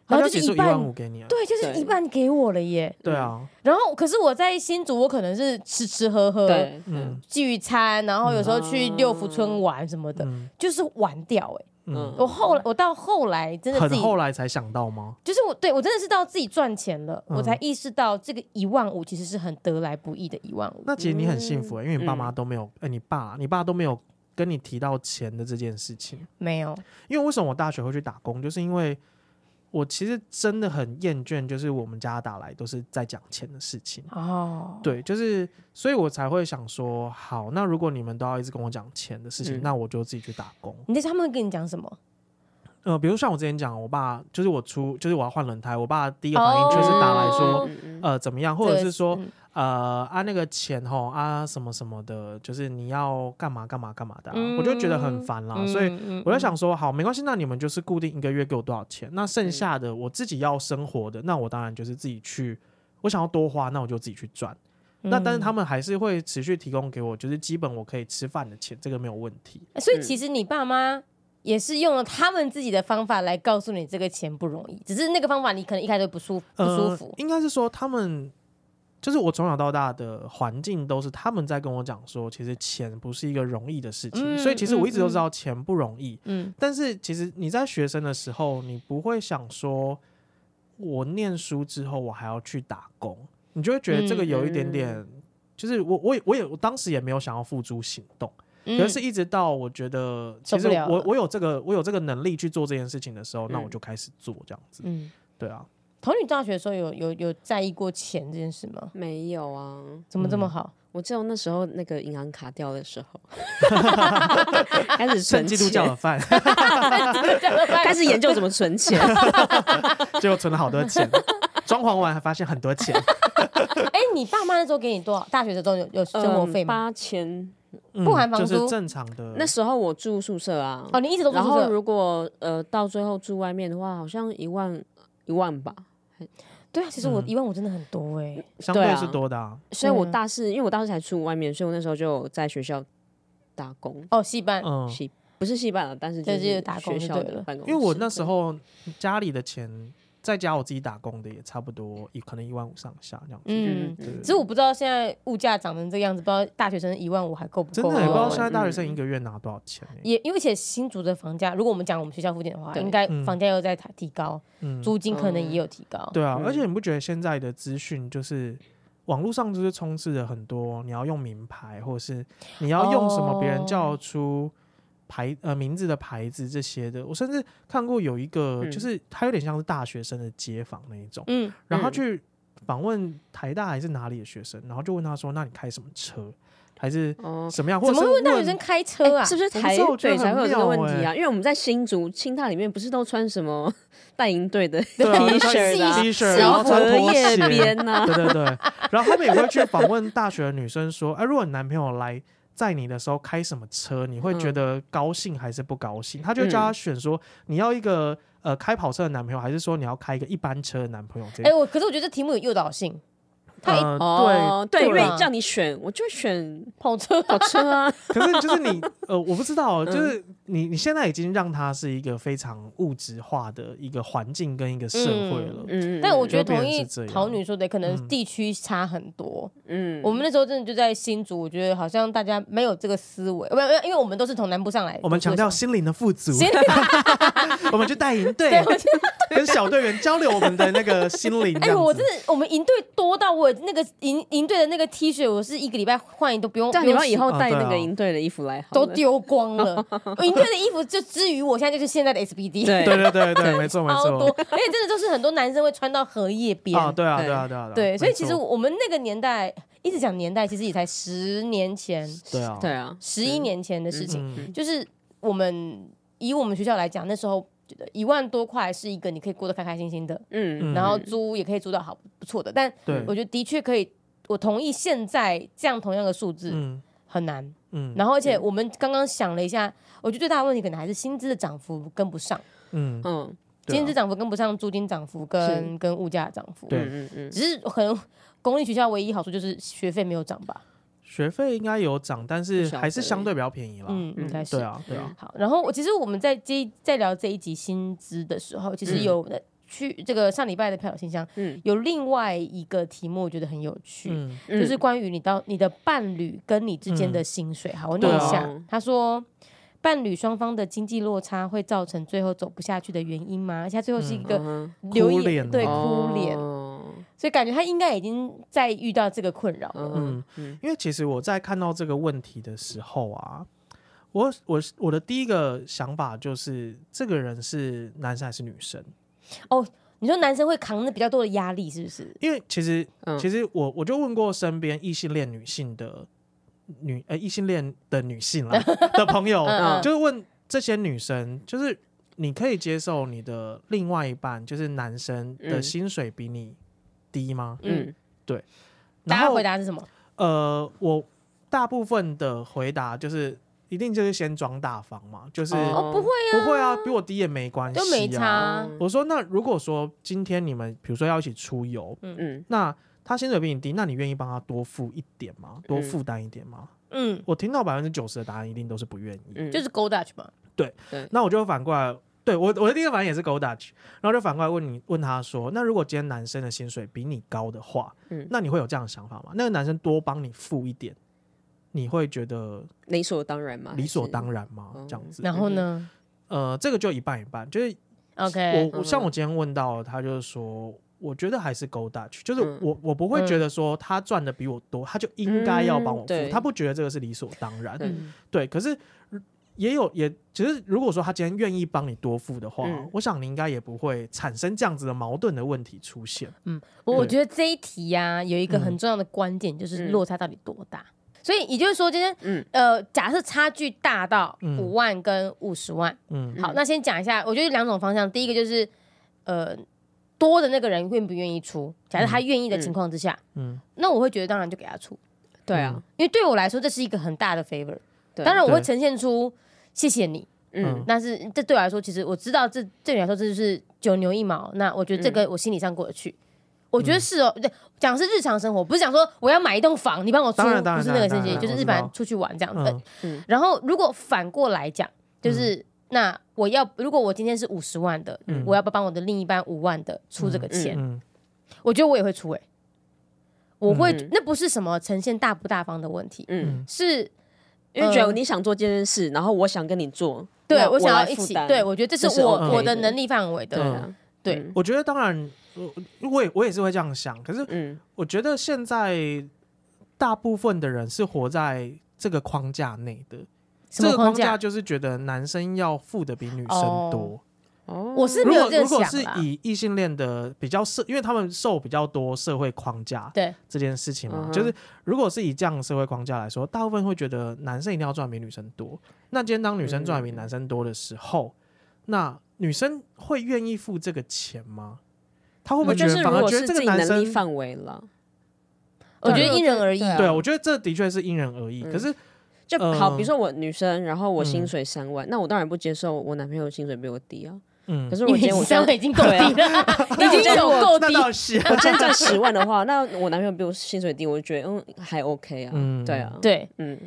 Speaker 3: 他
Speaker 1: 然后
Speaker 3: 就
Speaker 1: 就是
Speaker 3: 挤出
Speaker 1: 一
Speaker 3: 一
Speaker 1: 半
Speaker 3: 万，五给你啊，
Speaker 1: 对，就是
Speaker 2: 对
Speaker 1: 一半给我了耶。
Speaker 3: 对啊，
Speaker 1: 然后，可是我在新竹，我可能是吃吃喝喝，
Speaker 2: 对，
Speaker 3: 嗯
Speaker 1: 聚餐，然后有时候去
Speaker 2: 嗯
Speaker 1: 六福村玩什么的，
Speaker 3: 嗯
Speaker 1: 就是玩掉哎。
Speaker 3: 嗯，
Speaker 1: 我后来，我到后来真的自
Speaker 3: 很
Speaker 1: 己
Speaker 3: 后来才想到吗？
Speaker 1: 就是我对我真的是到自己赚钱了，
Speaker 3: 嗯
Speaker 1: 我才意识到这个一万五其实是很得来不易的一万五。
Speaker 3: 那其实你很幸福、欸，因为你爸
Speaker 2: 嗯
Speaker 3: 妈都没有，哎、你爸你爸都没有跟你提到钱的这件事情。
Speaker 1: 没有，
Speaker 3: 因为为什么我大学会去打工，就是因为我其实真的很厌倦，就是我们家打来都是在讲钱的事情。
Speaker 1: 哦，
Speaker 3: 对，就是，所以我才会想说，好，那如果你们都要一直跟我讲钱的事情，
Speaker 2: 嗯
Speaker 3: 那我就自己去打工。
Speaker 1: 你在他们跟你讲什么？
Speaker 3: 呃，比如像我之前讲，我爸就是我出，就是我要换轮胎，我爸第一个反应就是打来说，
Speaker 1: 哦
Speaker 2: 嗯，
Speaker 3: 呃，怎么样，或者
Speaker 1: 这
Speaker 3: 是
Speaker 1: 个
Speaker 3: 说，
Speaker 1: 嗯
Speaker 3: 呃啊那个钱吼啊什么什么的，就是你要干嘛干嘛干嘛的啊、我就觉得很烦啦，啊所以。
Speaker 1: 嗯
Speaker 3: 我在想说，好，没关系，那你们就是固定一个月给我多少钱，那剩下的我自己要生活的，那我当然就是自己去，我想要多花，那我就自己去赚。
Speaker 1: 嗯
Speaker 3: 那但是他，们还是会持续提供给我，就是基本我可以吃饭的钱，这个没有问题。
Speaker 1: 嗯所以其实你爸妈也是用了他们自己的方法来告诉你这个钱不容易，只是那个方法你可能一开始不舒服，不舒服
Speaker 3: 呃。应该是说他们，就是我从小到大的环境都是他们在跟我讲说，其实钱不是一个容易的事情，
Speaker 1: 嗯
Speaker 3: 所以其实我一直
Speaker 1: 嗯
Speaker 3: 都知道钱不容易。
Speaker 1: 嗯，
Speaker 3: 但是其实你在学生的时候，你不会想说，我念书之后我还要去打工，你就会觉得这个有一点
Speaker 1: 嗯
Speaker 3: 点，就是我我也我也我当时也没有想要付诸行动，
Speaker 1: 嗯
Speaker 3: 可是一直到我觉得其
Speaker 1: 受
Speaker 3: 实
Speaker 1: 不了嗯
Speaker 3: 我
Speaker 1: 了
Speaker 3: 我有这个我有这个能力去做这件事情的时候，那我就开始做这样子，
Speaker 1: 嗯，嗯
Speaker 3: 对啊，
Speaker 1: 童女大学的时候有有有在意过钱这件事吗？
Speaker 2: 没有啊，
Speaker 1: 怎么这么好？
Speaker 2: 我记得我那时候那个银行卡掉的时 候，开始
Speaker 3: 趁
Speaker 2: 存
Speaker 3: 基督教的
Speaker 2: 钱，
Speaker 3: 饭，
Speaker 2: 开始研究怎么存钱，
Speaker 3: 结果存了好多钱，装潢完还发现很多 钱，
Speaker 1: 哎，你爸妈那时候给你多少？大学的时候有有 生活费
Speaker 2: 嗯
Speaker 1: 吗？
Speaker 2: 八千。
Speaker 3: 嗯
Speaker 1: 不含房
Speaker 3: 就是
Speaker 1: 租
Speaker 3: 正常的，
Speaker 2: 那时候我住宿舍啊，
Speaker 1: 哦，你一直都住
Speaker 2: 然
Speaker 1: 宿舍
Speaker 2: 后如果呃到最后住外面的话，好像一万一万吧。
Speaker 1: 对啊，其实我
Speaker 3: 嗯
Speaker 1: 一万五真的很多哎、
Speaker 3: 相
Speaker 2: 对
Speaker 3: 对
Speaker 2: 啊
Speaker 3: 是多的、啊，
Speaker 2: 所以我
Speaker 1: 嗯
Speaker 2: 大四，因为我大四才出外面，所以我那时候就有在学校打工，
Speaker 1: 哦，戏班，
Speaker 3: 嗯，
Speaker 2: 戏不是戏班了，但是
Speaker 1: 就是
Speaker 2: 是
Speaker 1: 打工
Speaker 2: 学
Speaker 1: 就
Speaker 2: 校
Speaker 1: 对
Speaker 2: 的
Speaker 1: 了
Speaker 2: 办公室。
Speaker 3: 因为我那时候家里的钱，在家我自己打工的也差不多，也可能一万五上下这样子。
Speaker 1: 嗯
Speaker 2: 嗯，
Speaker 3: 对对
Speaker 1: 只是我不知道现在物价涨成这个样子，不知道大学生一万五还够不
Speaker 3: 真
Speaker 1: 够、
Speaker 3: 的也不知道现在
Speaker 1: 在
Speaker 3: 大学生一个月拿多少钱、欸。
Speaker 1: 嗯也因为且新竹的房价，如果我们讲我们学校附近的话，
Speaker 2: 对
Speaker 1: 应该
Speaker 3: 嗯
Speaker 1: 房价又在提高，
Speaker 3: 嗯，
Speaker 1: 租金可能也有提高。
Speaker 3: 对啊，
Speaker 2: 嗯
Speaker 3: 而且你不觉得现在的资讯就是网络上就是充斥着很多，你要用名牌，或者是你要用什么别人
Speaker 1: 哦
Speaker 3: 叫出牌、呃名字的牌子这些的。我甚至看过有一个，
Speaker 2: 嗯
Speaker 3: 就是他有点像是大学生的街访那一种，
Speaker 1: 嗯，
Speaker 3: 然后他
Speaker 2: 嗯
Speaker 3: 去访问台大还是哪里的学生，然后就问他说：“那你开什么车？还是
Speaker 1: 嗯
Speaker 2: 哦，
Speaker 3: 什么样？”或
Speaker 1: 怎
Speaker 3: 者
Speaker 1: 么
Speaker 3: 是
Speaker 1: 会问大学
Speaker 3: 问
Speaker 1: 生开车欸啊？
Speaker 2: 哎，是不是
Speaker 3: 不
Speaker 2: 台
Speaker 3: 知道我觉得
Speaker 2: 北才
Speaker 3: 很
Speaker 2: 会有这个
Speaker 3: 妙
Speaker 2: 问题啊？因为我们在新竹清大里面不是都穿什么 带营队的 T
Speaker 3: 对啊穿
Speaker 2: 恤啊，
Speaker 3: T 恤，然
Speaker 2: 然
Speaker 3: 后
Speaker 2: 后
Speaker 3: 穿
Speaker 2: 荷
Speaker 3: 拖
Speaker 2: 叶
Speaker 3: 鞋，
Speaker 2: 边啊呐，
Speaker 3: 对对对，然后他们也会去访问大学的女生说：“哎、如果你男朋友来载你的时候开什么车，你会
Speaker 1: 嗯
Speaker 3: 觉得高兴还是不高兴？”他就会叫他选说：“你要一个呃开跑车的男朋友，还是说你要开一个一般车的男朋友？”这
Speaker 1: 哎、
Speaker 3: 样，
Speaker 1: 我可是我觉得这题目有诱导性，他一
Speaker 3: 呃，
Speaker 2: 哦，
Speaker 3: 对
Speaker 2: 对，因为
Speaker 1: 啊
Speaker 2: 让你选，我就选
Speaker 1: 跑车
Speaker 2: 跑车 啊。
Speaker 3: 可是就是你，呃，我不知道，就是
Speaker 1: 嗯
Speaker 3: 你，你现在已经让它是一个非常物质化的一个环境跟一个社会了。
Speaker 2: 嗯，
Speaker 1: 但我觉得
Speaker 3: 就变
Speaker 1: 同
Speaker 3: 成
Speaker 1: 意
Speaker 3: 是这样
Speaker 1: 桃女说的，可能
Speaker 3: 嗯
Speaker 1: 地区差很多。
Speaker 2: 嗯，
Speaker 1: 我们那时候真的就在新竹，我觉得好像大家没有这个思维，不，因为我们都是从南部上来。
Speaker 3: 我们强调心灵的富足，
Speaker 1: 心
Speaker 3: 我们去带营队
Speaker 1: 对，我觉得
Speaker 3: 跟小队员交流我们的那个心灵。这
Speaker 1: 哎，
Speaker 3: 样
Speaker 1: 我
Speaker 3: 子
Speaker 1: 真的，我们营队多到我那个营营队的那个 T 恤，我是一个礼拜换一都不用，
Speaker 2: 但
Speaker 1: 不
Speaker 2: 你
Speaker 1: 用
Speaker 2: 们
Speaker 1: 洗
Speaker 2: 以后带
Speaker 3: 啊
Speaker 2: 那
Speaker 3: 对
Speaker 2: 个
Speaker 3: 啊
Speaker 2: 营队的衣服来好
Speaker 1: 都
Speaker 2: 了，
Speaker 1: 丢光了。我营队的衣服就至于我现在就是现在的 SBD，
Speaker 2: 对
Speaker 3: 对对对对，没错没
Speaker 1: 超多，
Speaker 3: 错。
Speaker 1: 而且真的都是很多男生会穿到荷叶边。
Speaker 3: 啊，对啊，
Speaker 2: 对
Speaker 3: 对啊，对啊，
Speaker 1: 对，
Speaker 3: 没
Speaker 1: 所以其实
Speaker 3: 错
Speaker 1: 我们那个年代一直讲年代，其实也才十年前、
Speaker 3: 对啊，
Speaker 2: 对啊，
Speaker 1: 十一年前的事情。
Speaker 3: 嗯，
Speaker 1: 就是我们以我们学校来讲，那时候觉得一万多块是一个你可以过得开开心心的，
Speaker 2: 嗯
Speaker 3: 嗯
Speaker 1: 然后租也可以租到好不错的。但
Speaker 3: 对
Speaker 1: 我觉得的确可以，我同意现在这样同样的数字
Speaker 3: 嗯
Speaker 1: 很难。
Speaker 3: 嗯
Speaker 1: 然后而且我们刚刚想了一下，我觉得最大的问题可能还是薪资的涨幅跟不上，
Speaker 3: 嗯，
Speaker 2: 嗯
Speaker 3: 对啊
Speaker 1: 薪资涨幅跟不上租金涨幅跟跟物价涨幅。
Speaker 3: 对
Speaker 2: 嗯嗯嗯，
Speaker 1: 只是可能公立学校唯一好处就是学费没有涨吧，
Speaker 3: 学费应该有涨，但是
Speaker 2: 不晓
Speaker 3: 还是
Speaker 2: 得
Speaker 3: 相对比较便宜啦。
Speaker 1: 嗯，应该是
Speaker 3: 对。啊，对啊，
Speaker 1: 好，然后我其实我们在这一在聊这一集薪资的时候，其实有呃去这个上礼拜的票友信箱，
Speaker 2: 嗯
Speaker 1: 有另外一个题目，我觉得很有趣，
Speaker 3: 嗯，
Speaker 2: 嗯
Speaker 1: 就是关于你到你的伴侣跟你之间的薪水。好，我念一下，
Speaker 2: 对啊
Speaker 1: 他说。伴侣双方的经济落差会造成最后走不下去的原因吗？而且他最后是一个
Speaker 2: 嗯
Speaker 1: 留
Speaker 3: 哭
Speaker 1: 言、
Speaker 3: 脸
Speaker 1: 对
Speaker 3: 哦
Speaker 1: 哭脸，
Speaker 2: 哦
Speaker 1: 所以感觉他应该已经在遇到这个困扰了。
Speaker 2: 嗯
Speaker 3: 因为其实我在看到这个问题的时候啊，我我我的第一个想法就是，这个人是男生还是女生？
Speaker 1: 你说男生会扛着比较多的压力，是不是？
Speaker 3: 因为其实
Speaker 2: 嗯
Speaker 3: 其实我我就问过身边异性恋女性的女呃异性恋的女 性啦的朋友，
Speaker 1: 嗯
Speaker 3: 就是问这些女生，就是你可以接受你的另外一半就是男生的
Speaker 2: 嗯
Speaker 3: 薪水比你低吗？
Speaker 2: 嗯
Speaker 1: 大
Speaker 3: 然
Speaker 1: 家
Speaker 3: 后
Speaker 1: 回答是什么？
Speaker 3: 呃，我大部分的回答就是一定就是先装大方嘛，就是、
Speaker 2: 哦
Speaker 1: 哦，不会
Speaker 3: 不会啊，比我低也没关系、啊，
Speaker 1: 都没差，
Speaker 2: 嗯
Speaker 3: 我说那如果说今天你们比如说要一起出游，
Speaker 2: 嗯
Speaker 3: 那他薪水比你低，那你愿意帮他多付一点
Speaker 2: 嗯
Speaker 3: 吗？多负担一点吗？
Speaker 1: 嗯，
Speaker 3: 我听到百分之九十的答案一定都是不愿意。
Speaker 2: 嗯，
Speaker 1: 就是 Go Dutch 嘛，
Speaker 3: 那我就反过来，对我我的第一个反应也是 Go Dutch，然后就反过来问你问他说，那如果今天男生的薪水比你高的话，
Speaker 2: 嗯
Speaker 3: 那你会有这样的想法吗？那个男生多帮你付一点，你会觉得
Speaker 2: 理所当然嘛，
Speaker 3: 理所
Speaker 2: 还
Speaker 3: 当然吗？
Speaker 2: 嗯
Speaker 3: 这样子，
Speaker 1: 然后呢
Speaker 3: 呃，这个就一半一半，就是
Speaker 1: ？OK，
Speaker 2: 嗯哎
Speaker 3: 我我像我今天问到他，就是说，我觉得还是 go Dutch，就是
Speaker 2: 嗯
Speaker 3: 我我不会觉得说他赚的比我多，他就应该要帮
Speaker 2: 嗯
Speaker 3: 我付，
Speaker 2: 对
Speaker 3: 他不觉得这个是理所当然。
Speaker 2: 对
Speaker 1: 嗯
Speaker 3: 对，可是也有也，其实如果说他今天愿意帮你多付的话，
Speaker 2: 嗯
Speaker 3: 我想你应该也不会产生这样子的矛盾的问题出现。
Speaker 1: 我
Speaker 3: 对
Speaker 1: 我觉得这一题呀有一个很
Speaker 3: 嗯
Speaker 1: 重要的关键就是
Speaker 2: 嗯
Speaker 1: 落差到底多大。所以也就是说，今天
Speaker 2: 嗯
Speaker 1: 呃，假设差距大到
Speaker 3: 嗯
Speaker 1: 五万跟五十万，
Speaker 3: 嗯
Speaker 1: 好，
Speaker 2: 嗯
Speaker 1: 那先讲一下，我觉得两种方向，第一个就是呃多的那个人愿不愿意出，假设
Speaker 2: 嗯
Speaker 1: 他愿意的情况之下，
Speaker 3: 嗯，
Speaker 1: 那我会觉得当然就给他出，
Speaker 2: 是对啊，
Speaker 1: 因为对我来说这是一个很大的 favor，
Speaker 2: 对
Speaker 1: 当然我会
Speaker 3: 对
Speaker 1: 呈现出谢谢你，
Speaker 2: 嗯
Speaker 1: 但是这对我来说，其实我知道这对你来说这就是九牛一毛。那我觉
Speaker 3: 嗯
Speaker 1: 得这个我心理上过得去，我觉得是哦。对，讲是日常生活，不是讲说我要买一栋房，你帮我租，
Speaker 3: 当然当然
Speaker 1: 不是那个
Speaker 3: 当
Speaker 1: 事
Speaker 3: 然
Speaker 1: 情，
Speaker 3: 当然
Speaker 1: 就是
Speaker 3: 我
Speaker 1: 日
Speaker 3: 知
Speaker 1: 本
Speaker 3: 道
Speaker 1: 出去玩这样子。
Speaker 3: 嗯
Speaker 1: 然后如果反过来讲，就是、那我要如果我今天是五十万的，
Speaker 3: 嗯
Speaker 1: 我要不要帮我的另一半五万的出这个钱？
Speaker 3: 嗯
Speaker 1: 我觉得我也会出诶、欸我会、
Speaker 2: 嗯
Speaker 1: 那不是什么呈现大不大方的问题，
Speaker 2: 嗯，
Speaker 1: 是
Speaker 2: 因为觉得你想做这件事，然后我想跟你做，
Speaker 1: 对
Speaker 2: 那
Speaker 1: 我想要
Speaker 2: 来
Speaker 1: 一
Speaker 2: 负
Speaker 1: 起，
Speaker 2: 担
Speaker 1: 对我觉得这
Speaker 2: 这是
Speaker 1: 是我
Speaker 3: OK
Speaker 1: 我的
Speaker 2: 的
Speaker 1: 能力范围
Speaker 2: 对
Speaker 1: 的，
Speaker 2: 啊，
Speaker 1: 对
Speaker 2: 嗯
Speaker 3: 我觉得当然，我我也我也是会这样想，可是
Speaker 2: 嗯
Speaker 3: 我觉得现在大部分的人是活在这个框架内的。
Speaker 1: 什
Speaker 3: 这
Speaker 1: 么
Speaker 3: 个框
Speaker 1: 框
Speaker 3: 架就是觉得男生要付的比女生多。
Speaker 2: 哦
Speaker 1: 我是
Speaker 3: 如
Speaker 1: 没有
Speaker 3: 果
Speaker 1: 这
Speaker 3: 如
Speaker 1: 个
Speaker 3: 果
Speaker 1: 想
Speaker 3: 是
Speaker 1: 啦。
Speaker 3: 以异性恋的比较社，因为他们受比较多社会框架
Speaker 1: 对，
Speaker 3: 这件事情嘛
Speaker 2: 嗯，哼
Speaker 3: 就是如果是以这样的社会框架来说，大部分会觉得男生一定要赚比女生多。那今天当女生赚比男生多的时候，那女生会愿意付这个钱吗？她会不
Speaker 2: 我
Speaker 3: 会
Speaker 2: 就嗯
Speaker 3: 觉
Speaker 2: 是
Speaker 3: 得
Speaker 2: 如
Speaker 3: 反而
Speaker 2: 果
Speaker 3: 觉得
Speaker 2: 是
Speaker 3: 这
Speaker 2: 自
Speaker 3: 个
Speaker 2: 己
Speaker 3: 男
Speaker 2: 能力
Speaker 3: 生
Speaker 2: 范围了，
Speaker 1: 我觉得因人而异。
Speaker 2: 对啊
Speaker 3: 对啊？我觉得这的确是因人而异。可是
Speaker 2: 就好，
Speaker 3: 嗯
Speaker 2: 比如说我女生，然后我
Speaker 3: 嗯
Speaker 2: 薪水三万，那我当然不接受我男朋友薪水比我低啊。
Speaker 3: 嗯
Speaker 2: 可，是
Speaker 1: 因
Speaker 2: 我
Speaker 1: 为
Speaker 2: 今天
Speaker 1: 你
Speaker 2: 我
Speaker 1: 三
Speaker 2: 真
Speaker 1: 万已经够低 了，
Speaker 2: 啊
Speaker 1: 已经有够
Speaker 3: 那
Speaker 1: 低。
Speaker 3: 倒是，
Speaker 2: 我真赚十万的话，那我男朋友比我薪水低，我就觉得嗯还 OK 啊，
Speaker 3: 嗯
Speaker 2: 对啊，，
Speaker 1: 对，
Speaker 2: 嗯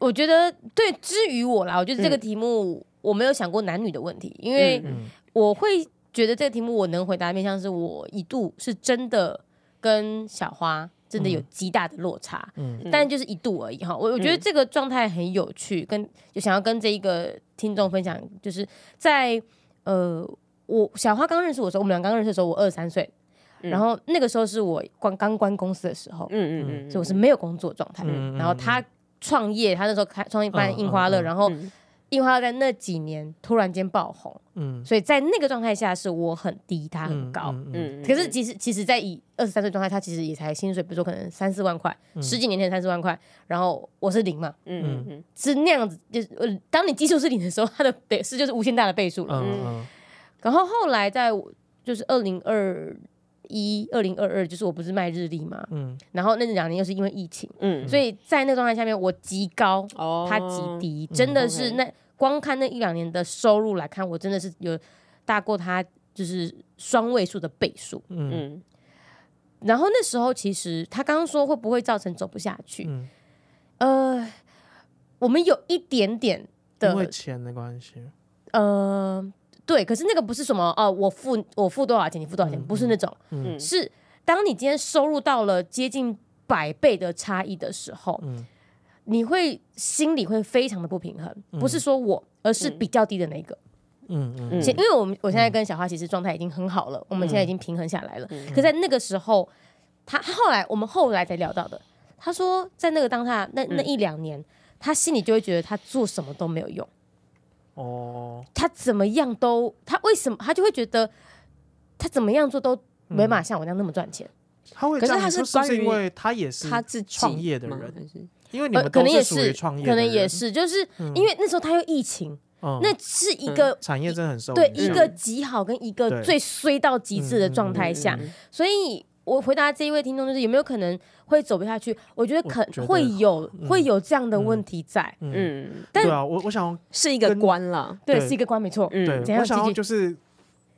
Speaker 1: 我觉得对。至于我啦，我觉得这个
Speaker 2: 嗯
Speaker 1: 题目我没有想过男女的问题，因为
Speaker 2: 嗯
Speaker 3: 嗯
Speaker 1: 我会觉得这个题目我能回答的面向是我一度是真的跟小花真的有极大的落差，
Speaker 3: 嗯
Speaker 2: 嗯
Speaker 1: 但就是一度而已哈。我我觉得这个状态很有趣，跟就想要跟这一个听众分享，就是在呃，我小花刚认识我的时候，我们俩刚认识的时候，我二十三岁，
Speaker 2: 嗯
Speaker 1: 然后那个时候是我关刚关公司的时候，
Speaker 2: 嗯嗯嗯，
Speaker 1: 所以我是没有工作状态。
Speaker 3: 嗯
Speaker 1: 然后他创业，他那时候开创业办印花乐，
Speaker 3: 嗯嗯嗯
Speaker 1: 然后
Speaker 2: 嗯
Speaker 1: 印花乐在那几年突然间爆红，
Speaker 3: 嗯，
Speaker 1: 所以在那个状态下是我很低，他很高。
Speaker 3: 嗯，嗯
Speaker 2: 嗯，
Speaker 1: 可是其实其实，在以二十三岁状态，他其实也才薪水，比如说可能三四万块，
Speaker 3: 嗯
Speaker 1: 十几年前三四万块，然后我是零嘛，
Speaker 2: 嗯嗯
Speaker 1: 是那样子，就是呃，当你基数是零的时候，它的倍是就是无限大的倍数了。
Speaker 3: 嗯嗯
Speaker 1: 然后后来在我就是二零二一、二零二二，就是我不是卖日历嘛，
Speaker 3: 嗯
Speaker 1: 然后那两年又是因为疫情，
Speaker 2: 嗯嗯，
Speaker 1: 所以在那个状态下面，我极高，
Speaker 2: 哦
Speaker 1: 他极低，真的是
Speaker 2: OK
Speaker 1: 那光看那一两年的收入来看，我真的是有大过他就是双位数的倍数。
Speaker 3: 嗯
Speaker 2: 嗯
Speaker 1: 然后那时候其实他刚刚说会不会造成走不下去？
Speaker 3: 嗯，
Speaker 1: 呃，我们有一点点
Speaker 3: 因为
Speaker 1: 的
Speaker 3: 钱的关系，
Speaker 1: 呃，对，可是那个不是什么哦，我付我付多少钱，你付多少钱，
Speaker 3: 嗯
Speaker 1: 不是那种，
Speaker 2: 嗯
Speaker 1: 是当你今天收入到了接近百倍的差异的时候，
Speaker 3: 嗯
Speaker 1: 你会心里会非常的不平衡，不是说我，而是比较低的那一个。
Speaker 3: 嗯嗯
Speaker 2: 嗯
Speaker 1: 其因为我们我现在跟小花其实状态已经很好了，我们现在已经平衡下来了。
Speaker 2: 嗯
Speaker 1: 可在那个时候，他他后来我们后来才聊到的，他说在那个当下那那
Speaker 2: 嗯
Speaker 1: 一两年，他心里就会觉得他做什么都没有用，
Speaker 3: 哦，
Speaker 1: 他怎么样都他为什么他就会觉得他怎么样做都没办
Speaker 3: 嗯
Speaker 1: 法像我那样那么赚钱。
Speaker 3: 他会，
Speaker 2: 可是
Speaker 3: 样
Speaker 2: 他
Speaker 3: 子
Speaker 2: 是
Speaker 3: 是
Speaker 2: 关
Speaker 3: 不是因
Speaker 2: 于
Speaker 3: 为他也是
Speaker 2: 他自己
Speaker 3: 嗯创业的
Speaker 2: 吗
Speaker 3: 人，嗯
Speaker 2: 还是
Speaker 3: 因为你
Speaker 1: 呃，
Speaker 3: 们
Speaker 1: 可
Speaker 3: 都
Speaker 1: 能也
Speaker 3: 属于创业的
Speaker 1: 可
Speaker 3: 人，
Speaker 1: 能也是，就是
Speaker 3: 嗯
Speaker 1: 因为那时候他又疫情，
Speaker 3: 嗯
Speaker 1: 那是一个。
Speaker 3: 产业真的很受
Speaker 1: 对
Speaker 3: 影
Speaker 1: 一
Speaker 3: 响
Speaker 1: 个极好跟一个
Speaker 3: 对
Speaker 1: 最衰到极致的状态下，
Speaker 2: 嗯嗯嗯
Speaker 1: 所以我回答这一位听众就是有没有可能会走不下去？我觉得可
Speaker 3: 我觉得
Speaker 1: 会有、
Speaker 3: 嗯
Speaker 1: 会有这样的问题在，
Speaker 3: 嗯，
Speaker 2: 嗯，
Speaker 1: 但
Speaker 3: 对啊，我我想
Speaker 2: 是一个官啦，
Speaker 1: 对，
Speaker 3: 对
Speaker 1: 是一个关没错。
Speaker 2: 嗯
Speaker 1: 怎
Speaker 3: 对，
Speaker 1: 样
Speaker 3: 我想
Speaker 1: 继
Speaker 3: 要
Speaker 1: 续
Speaker 3: 就是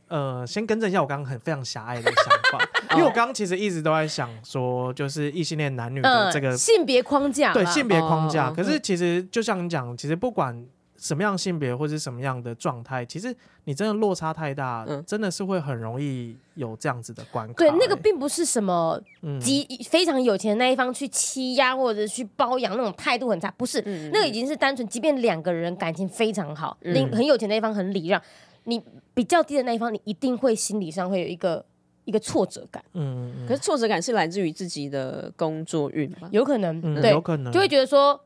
Speaker 3: 呃，先更正一下我刚刚很非常狭隘的想 法，因
Speaker 1: 哦
Speaker 3: 为我刚刚其实一直都在想说，就是异性恋男女
Speaker 1: 嗯
Speaker 3: 的这个、
Speaker 1: 性别框架啦
Speaker 3: 对性别框架。
Speaker 2: 哦
Speaker 3: 可
Speaker 1: 嗯
Speaker 3: 是其实就像你讲，其实不管什么样性别或是什么样的状态，其实你真的落差太大，
Speaker 2: 嗯
Speaker 3: 真的是会很容易有这样子的关卡、
Speaker 1: 对那个
Speaker 3: 欸
Speaker 1: 并不是什么
Speaker 3: 嗯
Speaker 1: 极非常有钱的那一方去欺压或者去包养那种态度很差，不是，
Speaker 2: 嗯
Speaker 1: 那个已经是单纯，即便两个人感情非常好，
Speaker 2: 嗯
Speaker 1: 另很有钱的那一方很礼让，你比较低的那一方，你一定会心理上会有一个一个挫折感，
Speaker 3: 嗯嗯，
Speaker 2: 可是挫折感是来自于自己的工作运吧？
Speaker 1: 有可能，
Speaker 3: 嗯
Speaker 1: 对
Speaker 3: 有，可能
Speaker 1: 就会觉得说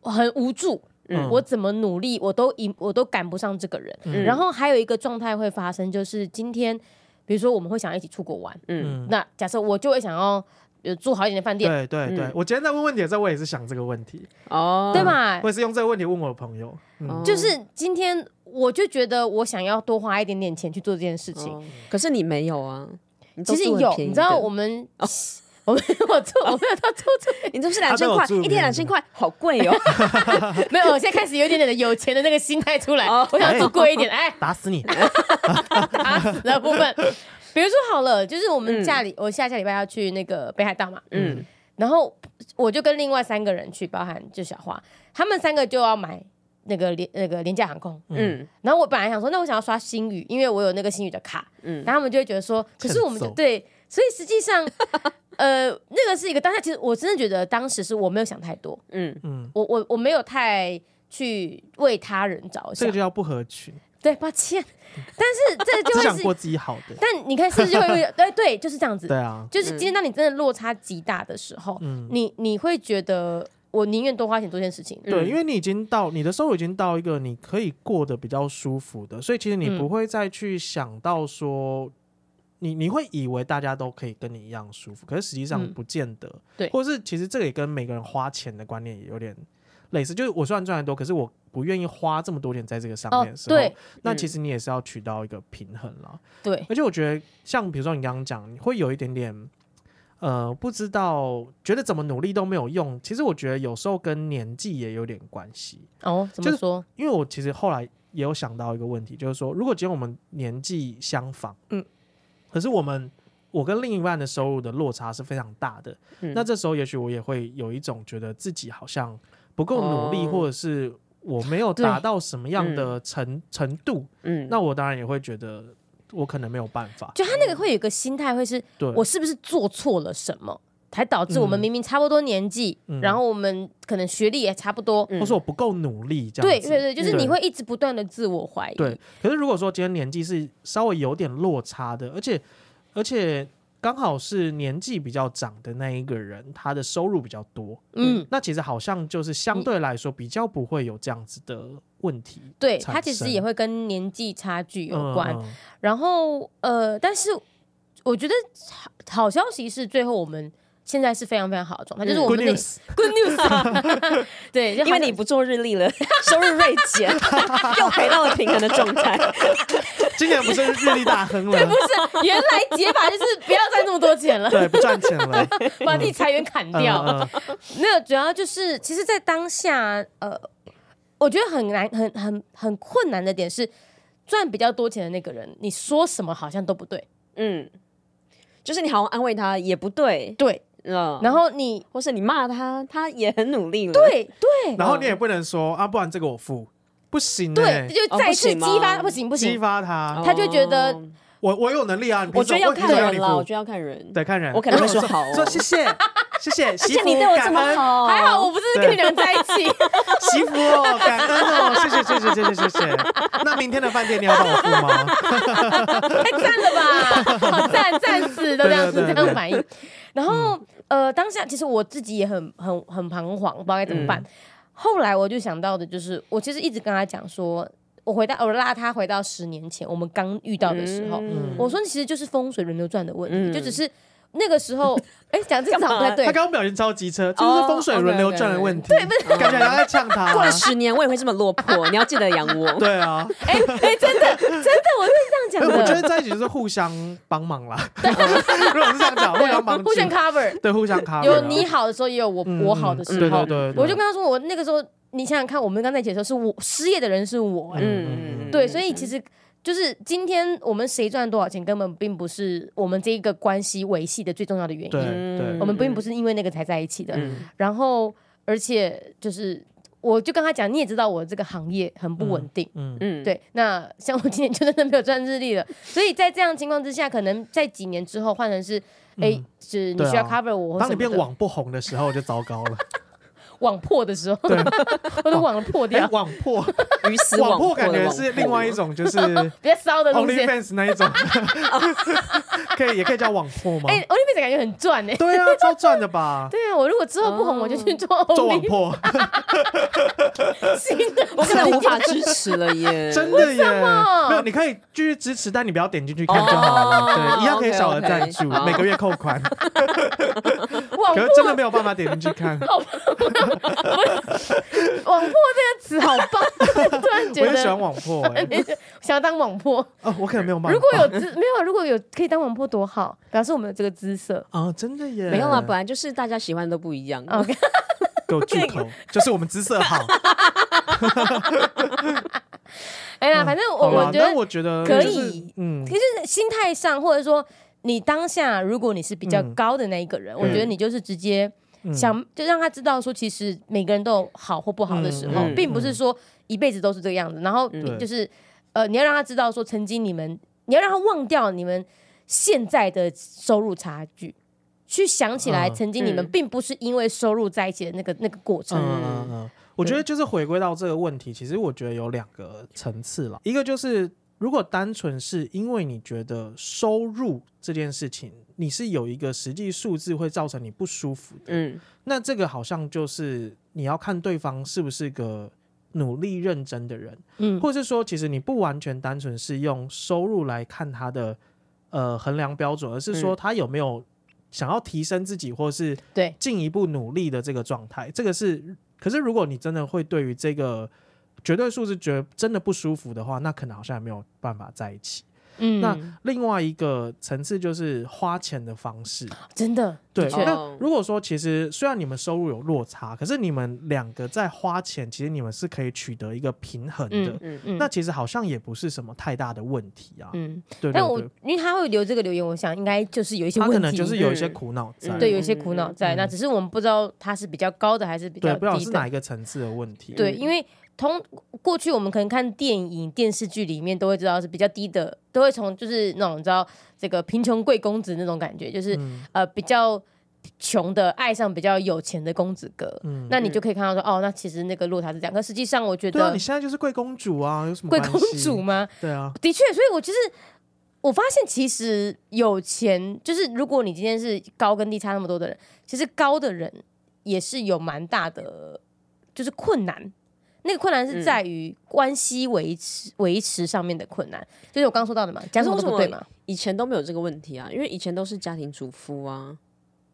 Speaker 1: 我很无助，
Speaker 3: 嗯
Speaker 1: 我怎么努力我都赢，我都赶不上这个人。
Speaker 3: 嗯
Speaker 1: 然后还有一个状态会发生，就是今天，比如说我们会想要一起出国玩，
Speaker 2: 嗯
Speaker 3: 嗯。
Speaker 1: 那假设我就会想要呃住好一点的饭店，
Speaker 3: 对对对，
Speaker 2: 嗯
Speaker 3: 我今天在问问题的时候，我也是想这个问题，
Speaker 2: 哦，
Speaker 1: 对？吧
Speaker 3: 我？也是用这个问题问我的朋友。嗯
Speaker 2: 哦
Speaker 1: 就是今天我就觉得我想要多花一点点钱去做这件事情。
Speaker 2: 哦可是你没有啊，你都
Speaker 1: 其实
Speaker 2: 住很
Speaker 1: 有，
Speaker 2: 便宜
Speaker 1: 你知道
Speaker 2: 的
Speaker 1: 我们。 我们我住我没有到住
Speaker 2: 你这不是
Speaker 3: 他
Speaker 2: 两千
Speaker 3: 都有
Speaker 2: 块，
Speaker 3: 住
Speaker 2: 一
Speaker 3: 别
Speaker 2: 天
Speaker 3: 人
Speaker 2: 两千块，好贵哦。
Speaker 1: 没有，我现在开始有一点点的有钱的那个心态出来，
Speaker 2: 哦
Speaker 1: 我想住贵一点，哎，
Speaker 3: 打死 你！
Speaker 1: 打死的部分。比如说好了，就是我们下礼，我下下礼拜要去那个北海道嘛，
Speaker 2: 嗯
Speaker 1: 然后我就跟另外三个人去，包含就小花，他们三个就要买那个廉那个廉价航空。
Speaker 2: 嗯
Speaker 1: 然后我本来想说，那我想要刷星宇，因为我有那个星宇的卡，
Speaker 2: 嗯
Speaker 1: 然后他们就会觉得说，可是我们就
Speaker 3: 欠揍
Speaker 1: 对，所以实际上， 呃，那个是一个当下，其实我真的觉得当时是我没有想太多，
Speaker 2: 嗯，
Speaker 3: 嗯，
Speaker 1: 我我我没有太去为他人着
Speaker 3: 这
Speaker 1: 想
Speaker 3: 个就，叫不合群，
Speaker 1: 对，抱歉，但是这就
Speaker 3: 只
Speaker 1: 会
Speaker 3: 想
Speaker 1: 是
Speaker 3: 过自己好的。
Speaker 1: 但你看，是不是就会有对对，就是这样子
Speaker 3: 对。啊，
Speaker 1: 就是今天当你真的落差极大的时候，
Speaker 3: 嗯
Speaker 1: 你你会觉得我宁愿多花钱做这件事情。
Speaker 3: 对，
Speaker 2: 嗯
Speaker 3: 因为你已经到你的收入已经到一个你可以过得比较舒服的，所以其实你
Speaker 1: 嗯
Speaker 3: 不会再去想到说，你你会以为大家都可以跟你一样舒服，可是实际上
Speaker 1: 嗯
Speaker 3: 不见得。
Speaker 1: 对
Speaker 3: 或是其实这个也跟每个人花钱的观念也有点类似，就是我虽然赚得多，可是我不愿意花这么多钱在这个上
Speaker 1: 哦
Speaker 3: 面的，时候，
Speaker 1: 对
Speaker 3: 那
Speaker 2: 嗯
Speaker 3: 其实你也是要取到一个平衡啦。
Speaker 1: 对，
Speaker 3: 而且我觉得，像比如说你刚刚讲，你会有一点点，呃，不知道，觉得怎么努力都没有用。其实我觉得有时候跟年纪也有点关系，
Speaker 1: 哦，怎
Speaker 3: 就
Speaker 1: 么
Speaker 3: 是
Speaker 1: 说？
Speaker 3: 因为我其实后来也有想到一个问题，就是说，如果今天我们年纪相仿，嗯
Speaker 2: 嗯，
Speaker 3: 可是我们我跟另一半的收入的落差是非常大的，
Speaker 2: 嗯
Speaker 3: 那这时候也许我也会有一种觉得自己好像不够努力，
Speaker 2: 哦
Speaker 3: 或者是我没有
Speaker 1: 对
Speaker 3: 达到什么样的程、程度，
Speaker 2: 嗯
Speaker 3: 那我当然也会觉得我可能没有办法。
Speaker 1: 就他那个会有一个心态，会是
Speaker 3: 对，
Speaker 1: 我是不是做错了什么，才导致我们
Speaker 3: 嗯
Speaker 1: 明明差不多年纪，
Speaker 3: 嗯
Speaker 1: 然后我们可能学历也差不多，
Speaker 2: 嗯
Speaker 3: 或是我不够努力这
Speaker 1: 对
Speaker 3: 样子。
Speaker 1: 对对，就是你
Speaker 3: 对
Speaker 1: 会一直不断的自我怀疑，
Speaker 3: 对，可是如果说今天年纪是稍微有点落差的，而且而且刚好是年纪比较长的那一个人，他的收入比较多，
Speaker 1: 嗯，
Speaker 3: 那其实好像就是相对来说比较不会有这样子的问题
Speaker 1: 对，
Speaker 3: 产
Speaker 1: 它其实
Speaker 3: 生
Speaker 1: 也会跟年纪差距有
Speaker 3: 嗯
Speaker 1: 关。
Speaker 3: 嗯
Speaker 1: 然后呃，但是我觉得好好消息是，最后我们现在是非常非常好的状啊态，就是
Speaker 2: 嗯
Speaker 1: 我
Speaker 3: Good
Speaker 1: 们那
Speaker 3: news，
Speaker 1: good news，对，啊就好
Speaker 2: 因为
Speaker 1: 像
Speaker 2: 你不做日历 了，收入锐 减，又回到了平衡的状态。
Speaker 3: 今年不是日历大 亨了，
Speaker 1: 不是原来解法就是不要再那么多钱了，
Speaker 3: 对，不赚钱 了，
Speaker 1: 把自己裁员砍
Speaker 3: 嗯
Speaker 1: 掉。
Speaker 3: 嗯
Speaker 1: 没有，主要就是其实，在当下，呃，我觉得很难、很很很困难的点是，赚比较多钱的那个人，你说什么好像都不对，
Speaker 2: 嗯，就是你好像安慰他也不对，
Speaker 1: 对，
Speaker 2: 嗯，
Speaker 1: 然后你
Speaker 2: 或是你骂他，他也很努力了。，
Speaker 1: 对对
Speaker 3: 然后你也不能说啊，不然这个我付，不行、
Speaker 1: 嗯对，
Speaker 3: 欸，
Speaker 1: 这，就
Speaker 2: 哦
Speaker 1: 再
Speaker 2: 不
Speaker 1: 次
Speaker 2: 行吗
Speaker 1: 激发，不行不
Speaker 3: 激
Speaker 1: 行，哦
Speaker 3: 发他，
Speaker 1: 他就觉得
Speaker 3: 我我有能力啊，你凭
Speaker 2: 我觉得
Speaker 3: 什么
Speaker 2: 要
Speaker 3: 我凭
Speaker 2: 看
Speaker 3: 什么要
Speaker 2: 人
Speaker 3: 你
Speaker 2: 啦，
Speaker 3: 付
Speaker 2: 我觉得要看人。
Speaker 3: 对，看人，
Speaker 2: 我可能会说好哦
Speaker 3: 说 谢谢，谢谢，
Speaker 2: 而
Speaker 3: 谢
Speaker 2: 且你对我这么好，
Speaker 1: 还好我不是跟你俩在一起，
Speaker 3: 媳妇哦，感恩哦，谢谢谢谢谢谢 谢谢。那明天的饭店你要帮我付吗？
Speaker 1: 太赞了 吧，好赞赞死，都这样子
Speaker 3: 对对对嗯
Speaker 1: 这样反应。然后呃，当下其实我自己也很很很彷徨，不知道该怎么
Speaker 3: 嗯
Speaker 1: 办。后来我就想到的就是，我其实一直跟他讲说，我回到我拉他回到十年前我们刚遇到的时候，
Speaker 2: 嗯
Speaker 1: 我说其实就是风水轮流转的问题，
Speaker 2: 嗯
Speaker 1: 就只是那个时 候，哎，讲这个好像不太对
Speaker 3: 他，刚刚表情超级车，这就是风水轮流转的问题。对，
Speaker 2: 哦不是
Speaker 3: 感觉人家在呛他
Speaker 2: 过。了十年我也会这么落魄，你要记得养我。
Speaker 3: 啊对 啊，
Speaker 1: 哎哎，真的真的，我就是这
Speaker 3: 哎
Speaker 1: 样
Speaker 3: 我
Speaker 1: 讲
Speaker 3: 觉
Speaker 1: 的，
Speaker 3: 得在一起就是互相帮忙 啦。 如果是这样讲，互相帮，
Speaker 1: 互
Speaker 2: 啊
Speaker 1: 相 cover。
Speaker 3: 对互相卡。
Speaker 1: 有你好的时候，也有我
Speaker 3: 嗯
Speaker 1: 我好的时候
Speaker 3: 嗯。对对对，
Speaker 1: 我就跟他说，我那个时候，你想想看，我们刚在一起的时候，是我失业的人是我、哎
Speaker 3: 嗯嗯嗯
Speaker 1: 对，所以其实就是今天我们谁赚多少钱，根本并不是我们这一个关系维系的最重要的原
Speaker 3: 对
Speaker 1: 因，
Speaker 3: 对，
Speaker 1: 我们并不是因为那个才在一起的。
Speaker 2: 嗯
Speaker 1: 然后，而且就是，我就跟他讲，你也知道我这个行业很不稳定。
Speaker 3: 嗯
Speaker 2: 嗯，
Speaker 1: 对，那像我今年就真的没有赚日历了， 所以在这样情况之下，可能在几年之后换成是，哎、
Speaker 3: 嗯
Speaker 1: 是你
Speaker 3: 对啊
Speaker 1: 需要 cover
Speaker 2: 嗯
Speaker 1: 我，或
Speaker 3: 当你
Speaker 1: 什么
Speaker 3: 变
Speaker 1: 的
Speaker 3: 网不红的时候就糟糕 了，
Speaker 1: 网破的时候，
Speaker 3: 对，
Speaker 1: 我的网破
Speaker 3: 哎
Speaker 1: 掉，
Speaker 3: 网破
Speaker 2: 鱼死
Speaker 3: 网
Speaker 2: 网
Speaker 3: 破
Speaker 2: 破
Speaker 3: 感觉是另外一
Speaker 2: 种。
Speaker 3: 种，就是
Speaker 1: 比较骚的路线。
Speaker 3: OnlyFans 那一 种，可以也可以叫网破吗？
Speaker 1: 哎、o n l y f a n s 感觉很赚哎、
Speaker 3: 哦对啊，超赚 的吧？
Speaker 1: 对啊，我如果之后不红，
Speaker 2: 哦
Speaker 1: 我就去做
Speaker 3: 做网
Speaker 1: Only
Speaker 3: 破，
Speaker 1: 新的，
Speaker 2: 我可能无法支持了耶，
Speaker 3: 真的耶！
Speaker 1: 么
Speaker 3: 没有，你可以继续支持，但你不要点进去看就好了。
Speaker 2: 哦
Speaker 3: 对，一样可以
Speaker 2: OK，OK
Speaker 3: 小额赞助，
Speaker 2: 好
Speaker 3: 每个月扣款，可
Speaker 1: 网
Speaker 3: 是真的
Speaker 1: 破，
Speaker 3: 没有办法点进去看。
Speaker 1: 网破这个词好 棒，突然
Speaker 3: 我
Speaker 1: 觉
Speaker 3: 也喜
Speaker 1: 得
Speaker 3: 欢网破哎，
Speaker 1: 想要当网破。
Speaker 3: 哦，我可能没有办法。
Speaker 1: 如果有资没有，如果有可以当网破多好，表示我们有这个姿色。
Speaker 3: 啊，真的耶，
Speaker 2: 没有啦，本来就是大家喜欢都不一
Speaker 3: 嗯
Speaker 2: 样。
Speaker 1: OK，
Speaker 3: 给我巨头，就是我们姿色好。
Speaker 1: 哎呀，反正我
Speaker 3: 嗯好啦
Speaker 1: 我觉
Speaker 3: 那
Speaker 1: 得，
Speaker 3: 我觉得
Speaker 1: 可
Speaker 3: 就是
Speaker 1: 以
Speaker 3: 嗯
Speaker 1: 其，实心态上或者说。你当下，如果你是比较
Speaker 3: 嗯
Speaker 1: 高的那一个人，我觉得你就是直接
Speaker 3: 嗯
Speaker 1: 想，就让他知道说，其实每个人都有好或不好的时候，
Speaker 2: 嗯嗯
Speaker 1: 并不是说一辈子都是这个样子。然后你
Speaker 3: 嗯对
Speaker 1: 就是呃，你要让他知道说，曾经你们，你要让他忘掉你们现在的收入差距，去想起来
Speaker 3: 嗯
Speaker 1: 曾经你们
Speaker 2: 嗯
Speaker 1: 并不是因为收入在一起的那个那个过程。
Speaker 3: 嗯嗯嗯，我觉得就是回归到这个问题，其实我觉得有两个层次了。一个就是，如果单纯是因为你觉得收入这件事情，你是有一个实际数字会造成你不舒服的，
Speaker 2: 嗯
Speaker 3: 那这个好像就是你要看对方是不是个努力认真的人，
Speaker 1: 嗯
Speaker 3: 或是说，其实你不完全单纯是用收入来看他的呃衡量标准，而是说
Speaker 2: 嗯
Speaker 3: 他有没有想要提升自己，或是
Speaker 1: 对
Speaker 3: 进一步努力的这个状态。这个是，可是如果你真的会对于这个绝对数字觉得真的不舒服的话，那可能好像也没有办法在一起。
Speaker 1: 嗯，
Speaker 3: 那另外一个层次就是花钱的方式。
Speaker 1: 真的
Speaker 3: 对，啊
Speaker 1: 的确
Speaker 3: 那如果说其实虽然你们收入有落差，可是你们两个在花钱，其实你们是可以取得一个平衡的。
Speaker 2: 嗯嗯
Speaker 1: 嗯
Speaker 3: 那其实好像也不是什么太大的问题啊。
Speaker 1: 嗯，
Speaker 3: 对对
Speaker 1: 但我
Speaker 3: 对，
Speaker 1: 因为他会留这个留言，我想应该就是有一些
Speaker 3: 他
Speaker 1: 问题，
Speaker 3: 可能就是有一些
Speaker 2: 嗯
Speaker 3: 苦恼在。
Speaker 2: 嗯
Speaker 1: 对有一些苦恼在，那只是我们不知道他是比较高的还是比较
Speaker 3: 对，不知道
Speaker 1: 低
Speaker 3: 是
Speaker 1: 的
Speaker 3: 哪。一个层次的问题。
Speaker 1: 对，
Speaker 2: 嗯
Speaker 1: 因为通过去我们可能看电影、电视剧里面都会知道是比较低的，都会从就是那种你知道这个贫穷贵公子那种感觉，就是、
Speaker 3: 嗯
Speaker 1: 呃比较穷的爱上比较有钱的公子哥，
Speaker 3: 嗯
Speaker 1: 那你就可以看到说哦，那其实那个落差是这样。可实际上我觉
Speaker 3: 对啊，
Speaker 1: 得
Speaker 3: 你现在就是贵公主啊，有什么
Speaker 1: 贵
Speaker 3: 关
Speaker 1: 公
Speaker 3: 系
Speaker 1: 主？吗？
Speaker 3: 对啊，
Speaker 1: 的确，所以我就是我发现，其实有钱就是，如果你今天是高跟低差那么多的人，其实高的人也是有蛮大的就是困难。那个困难
Speaker 3: 嗯
Speaker 1: 是在于关系维持维持上面的困难，就是我刚说到的嘛，讲什么都不对嘛，
Speaker 2: 以前都没有这个问题啊，因为以前都是家庭主妇啊，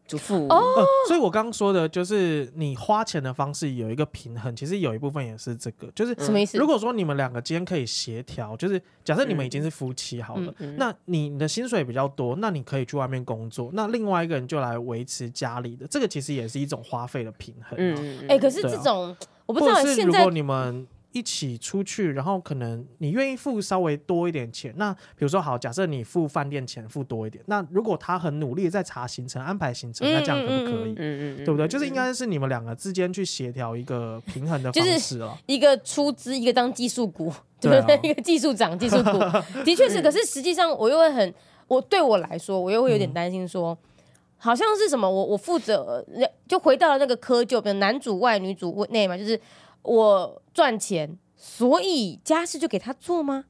Speaker 2: 主妇
Speaker 1: 哦
Speaker 3: 呃，所以我刚刚说的就是你花钱的方式有一个平衡，其实有一部分也是这个，就是
Speaker 2: 嗯
Speaker 1: 什么意思？
Speaker 3: 如果说你们两个今天可以协调，就是假设你们
Speaker 1: 嗯
Speaker 3: 已经是夫妻好了，
Speaker 2: 嗯嗯
Speaker 3: 那你的薪水比较多，那你可以去外面工作，那另外一个人就来维持家里的，这个其实也是一种花费的平衡、啊。
Speaker 2: 嗯
Speaker 1: 哎、可是
Speaker 3: 对啊
Speaker 1: 这种、我不知
Speaker 3: 或
Speaker 1: 道
Speaker 3: 者是
Speaker 1: 现
Speaker 3: 如
Speaker 1: 在
Speaker 3: 果你们一起出去，然后可能你愿意付稍微多一点钱，那比如说好，假设你付饭店钱付多一点，那如果他很努力地在查行程、安排行程，那这样可不可以？
Speaker 1: 嗯嗯嗯
Speaker 2: 嗯嗯
Speaker 3: 对不对？就是应该是你们两个之间去协调一个平衡的
Speaker 1: 就是
Speaker 3: 方式哦了。
Speaker 1: 一个出资，一个当技术 股，
Speaker 3: 对
Speaker 1: 对
Speaker 3: 啊
Speaker 1: 不对？一个技术长、技术股， 的确是。可是实际上，我又会很，我对我来说，我又会有点担心说。好像是什么，我我负责就回到了那个窠臼，比如男主外女主内嘛，就是我赚钱，所以家事就给他做吗？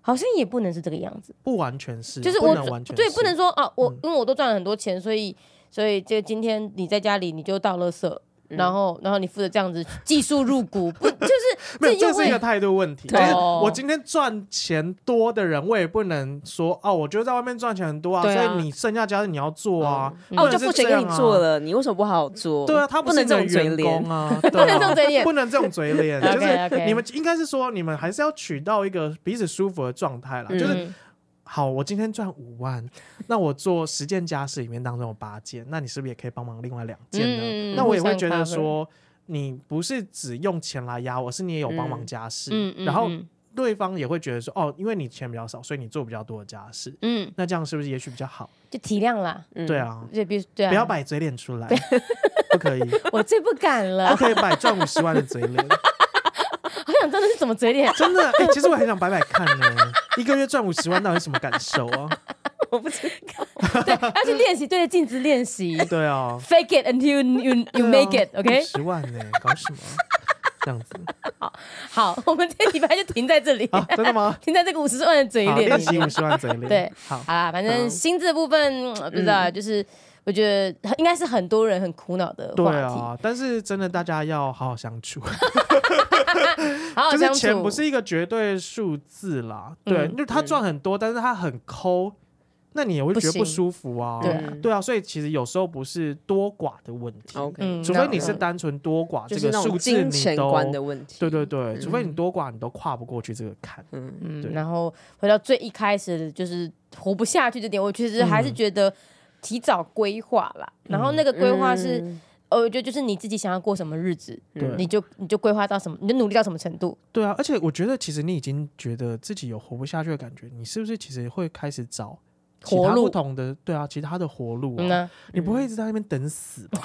Speaker 1: 好像也不能是这个样子，
Speaker 3: 不完全是，
Speaker 1: 就是
Speaker 3: 不
Speaker 1: 我
Speaker 3: 能完全
Speaker 1: 对不能说啊，我、
Speaker 3: 嗯
Speaker 1: 因为我都赚了很多钱，所以所以就今天你在家里你就倒垃圾，
Speaker 3: 嗯
Speaker 1: 然后然后你负责这样子技术入股，不就是
Speaker 3: 没有，
Speaker 1: 又
Speaker 3: 这是
Speaker 1: 会
Speaker 3: 一个态度问题。就
Speaker 2: 对
Speaker 3: 是
Speaker 1: 哦
Speaker 3: 我今天赚钱多的人，我也不能说哦，我觉得在外面赚钱很多啊，
Speaker 2: 对啊
Speaker 3: 所以你剩下家事你要做啊。
Speaker 1: 嗯
Speaker 2: 哦，我
Speaker 3: 不能
Speaker 2: 就是付钱
Speaker 3: 这
Speaker 2: 给
Speaker 3: 样
Speaker 2: 你做。了，你为什么不好好做？
Speaker 3: 对啊，他
Speaker 2: 不能
Speaker 3: 是你
Speaker 2: 这
Speaker 3: 的
Speaker 2: 种嘴
Speaker 3: 员
Speaker 2: 脸
Speaker 3: 工。啊，
Speaker 1: 不能这种
Speaker 3: 对啊
Speaker 1: 嘴脸
Speaker 3: 不能这种嘴脸，就是
Speaker 1: OK，OK
Speaker 3: 你们应该是说，你们还是要取到一个彼此舒服的状态啦。
Speaker 2: 嗯
Speaker 3: 就是
Speaker 1: 嗯
Speaker 3: 好，我今天赚五万，那我做十件家事里面当中有八件，那你是不是也可以帮忙另外两件
Speaker 1: 嗯
Speaker 3: 呢？
Speaker 1: 嗯嗯
Speaker 3: 那我也
Speaker 1: 互
Speaker 3: 会
Speaker 1: 相
Speaker 3: 觉得
Speaker 1: cover
Speaker 3: 说，你不是只用钱来压我，是你也有帮忙
Speaker 2: 嗯
Speaker 3: 家事，
Speaker 1: 嗯嗯
Speaker 3: 然后
Speaker 1: 嗯
Speaker 3: 对方也会觉得说，哦，因为你钱比较少，所以你做比较多的家事，
Speaker 1: 嗯，
Speaker 3: 那这样是不是也许比较好？
Speaker 1: 就体谅啦，
Speaker 2: 嗯
Speaker 3: 对，啊，
Speaker 1: 对，比如对啊，
Speaker 3: 不要，摆嘴 脸出来，不可以，不
Speaker 1: 我最不敢 了，
Speaker 3: 可以摆赚五十万的嘴脸，，
Speaker 1: 好想知道那是什么嘴脸
Speaker 3: 真的。哎、其实我很想摆摆看呢、一个月赚五十万到底是什么感受啊？
Speaker 2: 我不知
Speaker 1: 对，要去练习，对着镜子练习
Speaker 3: 对啊，
Speaker 1: ，fake it until you 哎 you make it，OK？
Speaker 3: 十万呢、搞什么？这样子
Speaker 1: 好，
Speaker 3: 嗯
Speaker 1: 我们这礼拜就停在这里，
Speaker 3: 啊？真的吗？
Speaker 1: 停在这个五十万的 嘴
Speaker 3: 好，
Speaker 1: 脸
Speaker 3: 练
Speaker 1: 里
Speaker 3: 习
Speaker 1: 面
Speaker 3: 五。十万嘴脸。
Speaker 1: 对，
Speaker 3: 好，
Speaker 1: 好啦，反正
Speaker 2: 嗯
Speaker 1: 薪资的部分嗯不知道，就是我觉得应该是很多人很苦恼的
Speaker 3: 对
Speaker 1: 话题，
Speaker 3: 啊，但是真的大家要好好相处，
Speaker 1: 好好
Speaker 3: 就
Speaker 1: 相
Speaker 3: 是
Speaker 1: 处。
Speaker 3: 钱不是一个绝对数字啦。对，
Speaker 1: 嗯
Speaker 3: 就是他赚很多，但是他很抠，那你也会觉得
Speaker 1: 不行
Speaker 3: 不舒服啊。
Speaker 1: 对
Speaker 2: 道
Speaker 1: 啊。
Speaker 3: 对啊，所以其实有时候不是多寡的问题，
Speaker 2: OK，
Speaker 1: 嗯
Speaker 3: 除非你是单纯多寡
Speaker 2: 就
Speaker 3: 啊这
Speaker 2: 是
Speaker 3: 个
Speaker 2: 那
Speaker 3: 数
Speaker 2: 种
Speaker 3: 字
Speaker 2: 金
Speaker 3: 你
Speaker 2: 钱
Speaker 3: 都，
Speaker 2: 观的问题。
Speaker 3: 对对对，除非你多寡你都跨不过去这个坎。
Speaker 2: 嗯，
Speaker 1: 嗯，
Speaker 3: 对
Speaker 1: 然后回到最一开始，就是活不下去这点，我其实
Speaker 3: 嗯
Speaker 1: 还是觉得提早规划啦。然后那个规划是，
Speaker 2: 嗯
Speaker 1: 呃，我觉得就是你自己想要过什么日子，
Speaker 3: 嗯对
Speaker 1: 你就你就规划到什么，你就努力到什么程度。
Speaker 3: 对啊，而且我觉得其实你已经觉得自己有活不下去的感觉，你是不是其实会开始找其
Speaker 1: 活
Speaker 3: 他
Speaker 1: 路
Speaker 3: 不同的对啊，其他的活路啊？
Speaker 1: 嗯呐，
Speaker 3: 你不会一直在那边等死吧？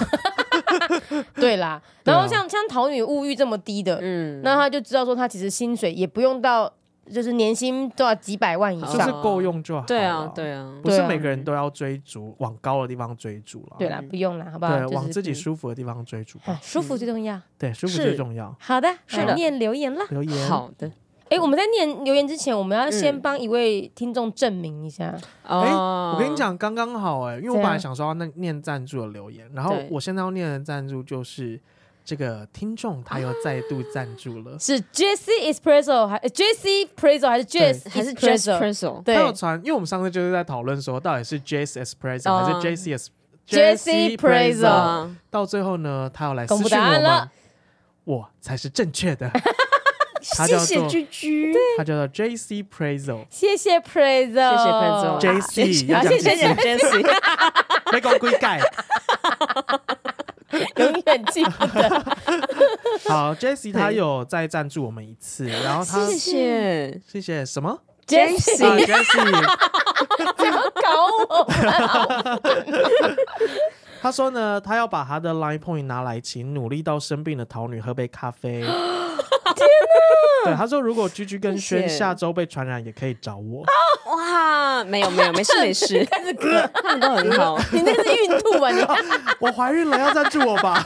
Speaker 1: 对 啦。
Speaker 3: 对啊
Speaker 1: 然后像像桃女物欲这么低的，
Speaker 2: 嗯
Speaker 1: 那他就知道说他其实薪水也不用到，就是年薪都要几百万以
Speaker 2: 好
Speaker 3: 就
Speaker 1: 上
Speaker 3: 是。够用就好了。
Speaker 2: 哦对啊，对啊，
Speaker 3: 不是
Speaker 1: 对啊
Speaker 3: 每个人都要追逐往高的地方追逐了。
Speaker 1: 对啦，
Speaker 2: 嗯
Speaker 1: 不用啦，好不好？
Speaker 3: 对，
Speaker 1: 就是
Speaker 3: 往自己舒嗯服的地方追逐吧。
Speaker 1: 啊舒服最重要。
Speaker 3: 对，舒服
Speaker 2: 是
Speaker 3: 最重要。
Speaker 1: 好的，
Speaker 2: 是
Speaker 1: 来
Speaker 2: 的
Speaker 1: 念留言啦。
Speaker 3: 留言，
Speaker 2: 好的。
Speaker 1: 哎、我们在念留言之前，我们要先
Speaker 2: 嗯
Speaker 1: 帮一位听众证明一下。
Speaker 3: 哎、
Speaker 2: 哦，
Speaker 3: 我跟你，讲，刚刚好哎、因为我
Speaker 1: 怎
Speaker 3: 本
Speaker 1: 样
Speaker 3: 来想说要那念赞助的留言，然后
Speaker 2: 对
Speaker 3: 我现在要念的赞助就是这个听众他又再度赞助了。
Speaker 1: 是 Jesse Espresso 还 Jesse Presso 还是 Jess
Speaker 2: 还是 j e s
Speaker 1: Espresso？
Speaker 2: p s o
Speaker 1: 对
Speaker 3: 他有传，因为我们上次就是在讨论说，到底是 Jace Espresso、
Speaker 2: 哦
Speaker 3: 还是 JCS
Speaker 1: Jesse Prezzo
Speaker 3: 啊
Speaker 2: 啊，
Speaker 3: 到最后呢，他要来
Speaker 1: 公
Speaker 3: 私
Speaker 1: 布
Speaker 3: 讯
Speaker 1: 答
Speaker 3: 我
Speaker 1: 案
Speaker 3: 们
Speaker 1: 了，
Speaker 3: 我才是正确的。他叫
Speaker 2: 谢谢
Speaker 3: 做
Speaker 2: 居居，
Speaker 3: 他叫做 J C Prazo，
Speaker 1: 谢谢 Praise，谢谢
Speaker 2: 谢谢 Prezzo 谢
Speaker 3: J C
Speaker 2: 谢
Speaker 3: 要讲
Speaker 2: 哦啊谢
Speaker 3: 几
Speaker 2: 谢
Speaker 3: 次？
Speaker 2: Jesse，
Speaker 3: 没讲归 盖。
Speaker 1: 永远记 不得。
Speaker 3: 好，J C 他有再赞助我们一次，然后他
Speaker 2: 谢谢
Speaker 3: 谢谢什么？啊
Speaker 2: Jesse，
Speaker 3: ，J C。
Speaker 1: 怎么搞 我？
Speaker 3: 他说呢，他要把他的 Line Point 拿来请努力到生病的桃女喝杯 咖啡。天哪！对，他说如果居居跟
Speaker 2: 谢
Speaker 3: 轩
Speaker 2: 谢
Speaker 3: 下周被传染，也可以找我。
Speaker 2: 哇，没有没有，没事没事，
Speaker 1: 开始咳，
Speaker 2: 他们都很 好，
Speaker 1: 你那是孕吐吧？你
Speaker 3: 我怀孕了，要赞助我吧？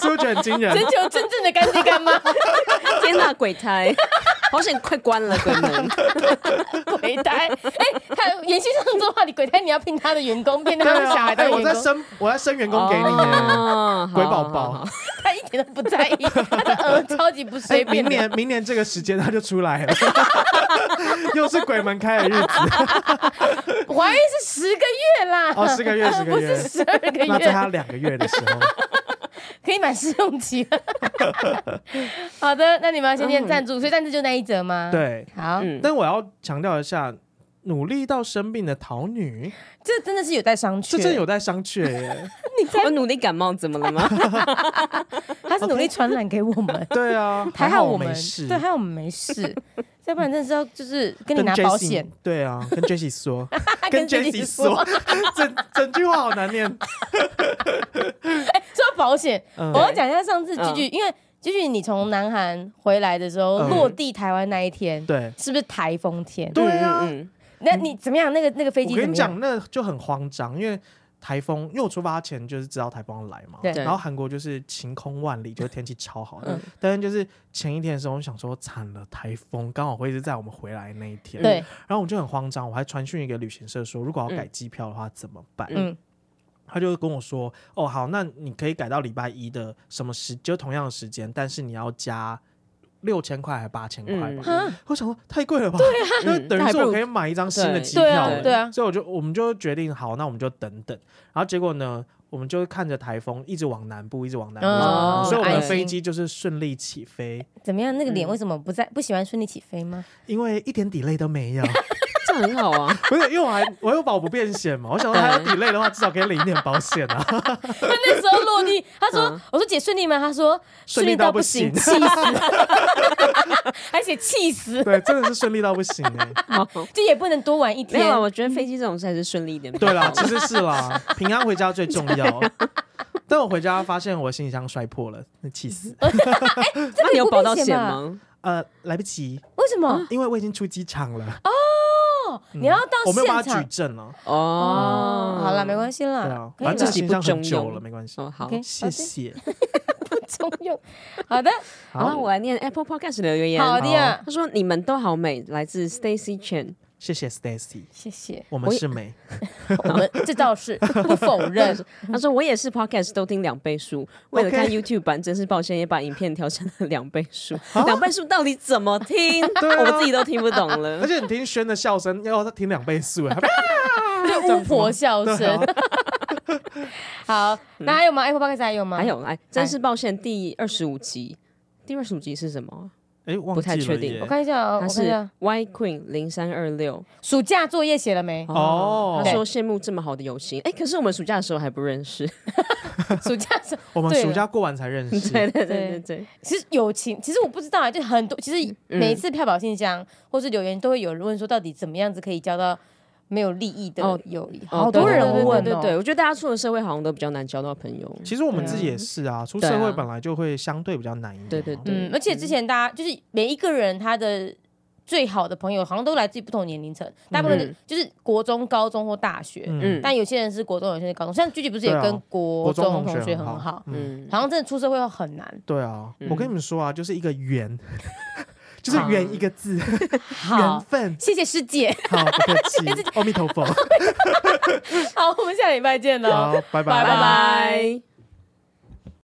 Speaker 3: 是不是觉得很惊人
Speaker 1: 征？求真正的干爹干妈
Speaker 2: 天哪，鬼胎，好险，快关了鬼 门，
Speaker 1: 鬼胎。哎，他延续上周话题，鬼胎你要聘他的员工，变成
Speaker 3: 对
Speaker 1: 他们小
Speaker 3: 啊，
Speaker 1: 孩的
Speaker 3: 哎，我
Speaker 1: 员
Speaker 3: 在
Speaker 1: 工，
Speaker 3: 生，我在生员工给你耶，
Speaker 2: 哦，好
Speaker 3: 鬼宝，哎
Speaker 2: 好好
Speaker 3: 宝。
Speaker 1: 他一点都不在 意，他的儿超级不
Speaker 3: 哎
Speaker 1: 随，便
Speaker 3: 明
Speaker 1: 的。
Speaker 3: 年明年这个时间他就出 来了，又是鬼门开的日子
Speaker 1: 怀孕是十个月啦，
Speaker 3: 哦，十个月，十个
Speaker 1: 不是
Speaker 3: 月。
Speaker 1: 十二个
Speaker 3: 那在
Speaker 1: 月，
Speaker 3: 他两个月的时候，
Speaker 1: 可以买试用 期了。好的，那你们要先念赞助，所以赞助就那一则吗？，
Speaker 3: 嗯对。
Speaker 1: 好，
Speaker 2: 嗯，
Speaker 3: 但我要强调一下，努力到生病的桃女，
Speaker 1: 这真的是有待商榷。
Speaker 3: 这真有待商榷耶。，
Speaker 2: 我努力感冒，怎么了吗？
Speaker 1: 他是努力传染给我们
Speaker 3: 对 啊，
Speaker 1: 还
Speaker 3: 好
Speaker 1: 好我们
Speaker 3: 没事。
Speaker 1: 对，还好我们没 事，要不然真的是要就是跟你
Speaker 3: 跟
Speaker 1: 拿
Speaker 3: Jessie
Speaker 1: 保险，
Speaker 3: 对啊，跟 Jessie 说，
Speaker 1: 跟
Speaker 3: Jessie
Speaker 1: Jessie
Speaker 3: 说， 整整句话好难 念。
Speaker 1: 说到保险，
Speaker 3: 嗯
Speaker 1: 我要讲一下上次
Speaker 2: 嗯
Speaker 1: 菊菊，因为菊菊你从南韩回来的时候，
Speaker 3: 嗯
Speaker 1: 落地台湾那一天，
Speaker 3: 对
Speaker 1: 是不是台风天？
Speaker 3: 对啊，
Speaker 2: 嗯，
Speaker 1: 那你怎么样？那个那个飞
Speaker 3: 我
Speaker 1: 机怎
Speaker 3: 跟
Speaker 1: 么
Speaker 3: 你
Speaker 1: 样？
Speaker 3: 讲，那就很慌张，因为。台风，因为我出发前就是知道台风要来嘛，
Speaker 1: 对
Speaker 3: 然后韩国就是晴空万里，就是天气超好的
Speaker 2: 嗯。
Speaker 3: 但是就是前一天的时候，我想说惨了，台风刚好会是在我们回来那一天，
Speaker 1: 对，
Speaker 3: 然后我就很慌张，我还传讯一个旅行社说，如果要改机票的话怎么办？
Speaker 1: 嗯
Speaker 3: 他就跟我说：“哦，好，那你可以改到礼拜一的什么时，就同样的时间，但是你要加六千块还八千块吧。
Speaker 2: 嗯
Speaker 1: 啊，
Speaker 3: 我想说太贵了吧，对啊，
Speaker 2: 嗯
Speaker 3: 等于
Speaker 1: 还不
Speaker 3: 说
Speaker 1: 如
Speaker 3: 我可以买一张新的机
Speaker 1: 对
Speaker 3: 票
Speaker 1: 啊
Speaker 3: 了，
Speaker 1: 对啊，
Speaker 3: 所以我就我们就决定好，那我们就等等。然后结果呢，我们就看着台风一直往南部，一直往南部，
Speaker 1: 哦
Speaker 3: 一直往南部所以我们的
Speaker 1: 安心
Speaker 3: 飞机就是顺利起飞，
Speaker 1: 怎么样？那个脸
Speaker 2: 嗯
Speaker 1: 为什么不在不喜欢顺利起飞 吗？
Speaker 3: 因为一点 delay 都没有。
Speaker 2: 这很好啊，
Speaker 3: 不是，因为我还我又保不变险嘛，我想说还有 delay 的话，至少可以领一点保险啊。
Speaker 1: 他那时候落地，他说
Speaker 2: 嗯：“
Speaker 1: 我说姐顺利吗？”他说：“
Speaker 3: 顺利
Speaker 1: 利
Speaker 3: 到
Speaker 1: 不
Speaker 3: 不
Speaker 1: 行，
Speaker 3: 行
Speaker 1: 气 死，而且气死，
Speaker 3: 对，真的是顺利到不行哎、
Speaker 2: 好
Speaker 1: 就也不能多玩一
Speaker 2: 没有
Speaker 1: 天嗯
Speaker 2: 啊，。我觉得飞机这种事还是顺利一点吧。
Speaker 3: 对啦，其实是啦，平安回家最重要。但我回家发现我行李箱摔破了，那气死！
Speaker 2: 那你有保到
Speaker 1: 这个
Speaker 2: 险
Speaker 1: 也 不
Speaker 2: 吗？
Speaker 3: 呃，来不及，
Speaker 1: 为什么？
Speaker 3: 因为我已经出机场了，
Speaker 1: 哦，你要到
Speaker 3: 我没有
Speaker 1: 现
Speaker 3: 办法举
Speaker 1: 场
Speaker 3: 证了。
Speaker 1: 哦。啊
Speaker 2: 嗯
Speaker 1: 好了，没关系
Speaker 3: 对
Speaker 1: 啦
Speaker 3: 啊，，
Speaker 1: 可以
Speaker 3: 反
Speaker 1: 啦
Speaker 3: 正这
Speaker 2: 自己
Speaker 3: 行李
Speaker 2: 不
Speaker 3: 箱
Speaker 2: 中
Speaker 3: 很久
Speaker 2: 用
Speaker 3: 了，没关系。
Speaker 2: 哦，好
Speaker 1: OK
Speaker 3: 谢谢。
Speaker 1: 中用。 好的，
Speaker 2: 好，那我来念 Apple Podcast 的留言。
Speaker 1: 好的呀，
Speaker 2: 他说：“你们都好美。”来自 Stacy Chen，
Speaker 3: 谢谢 Stacy，
Speaker 1: 谢谢。
Speaker 3: 我们是美，
Speaker 1: 我们这倒是不否 认，
Speaker 2: 他说：“我也是 Podcast 都听两倍速，为了看 YouTube 版，真是抱歉，也把影片调成了两倍 速。两倍速到底怎么听？
Speaker 3: 对啊
Speaker 2: 我自己都听不懂
Speaker 3: 而
Speaker 2: 了。
Speaker 3: 且你听轩的笑声，要他听两倍速哎，
Speaker 1: 就巫婆笑
Speaker 3: 对啊
Speaker 1: 声。 好，那还有吗？Apple Podcast 还有吗？
Speaker 2: 嗯还有，来，真是抱歉，第二十五集，第二十五集是什么？
Speaker 3: 哎，忘
Speaker 2: 不太
Speaker 3: 记了
Speaker 2: 确定
Speaker 3: 耶
Speaker 1: 我看一下哦，
Speaker 2: 他
Speaker 1: 我看一
Speaker 2: 是
Speaker 1: 下
Speaker 2: Y Queen 零三二六。
Speaker 1: 暑假作业写了没？
Speaker 3: 哦
Speaker 2: 他说羡慕这么好的友情。哎，可是我们暑假的时候还不认识。
Speaker 1: 暑假是
Speaker 3: 我们
Speaker 1: 对了
Speaker 3: 暑假过完 才认识，
Speaker 2: 对对对对对，
Speaker 1: 其实友情，其实我不知道啊，就很多，其实
Speaker 2: 嗯
Speaker 1: 每一次票宝信箱、或是留言都会有人问说，到底怎么样子可以交到没有利益的
Speaker 2: 哦
Speaker 1: 友谊？
Speaker 2: 哦
Speaker 1: 好多人问、哦，
Speaker 2: 对对对，对我觉得大家出了社会好像都比较难交到朋友。
Speaker 3: 其实我们
Speaker 1: 对啊
Speaker 3: 自己也是啊，出
Speaker 2: 对
Speaker 3: 社会
Speaker 2: 啊
Speaker 3: 本来就会相对比较难一点嘛。
Speaker 2: 对对对
Speaker 1: 嗯，而且之前大家就是每一个人他的。最好的朋友好像都来自于不同年龄层，大部分的
Speaker 2: 嗯
Speaker 1: 就是国中、高中或大学，
Speaker 3: 嗯，
Speaker 1: 但有些人是国中，有些人是高中。像菊菊不是也
Speaker 3: 对啊
Speaker 1: 跟国
Speaker 3: 国中
Speaker 1: 中同学
Speaker 3: 学
Speaker 1: 很好，
Speaker 3: 嗯。
Speaker 2: 嗯，
Speaker 1: 好像真的出社会会很难。
Speaker 3: 对啊，
Speaker 2: 嗯
Speaker 3: 我跟你们说啊，就是一个缘， 就是缘一个字， 缘
Speaker 1: 好，
Speaker 3: 分。
Speaker 1: 谢谢师姐。
Speaker 3: 好，不客气，阿弥陀佛。
Speaker 1: 好，我们下礼拜见喽。
Speaker 3: 好，拜
Speaker 1: 拜
Speaker 2: 拜
Speaker 1: 拜
Speaker 2: 拜。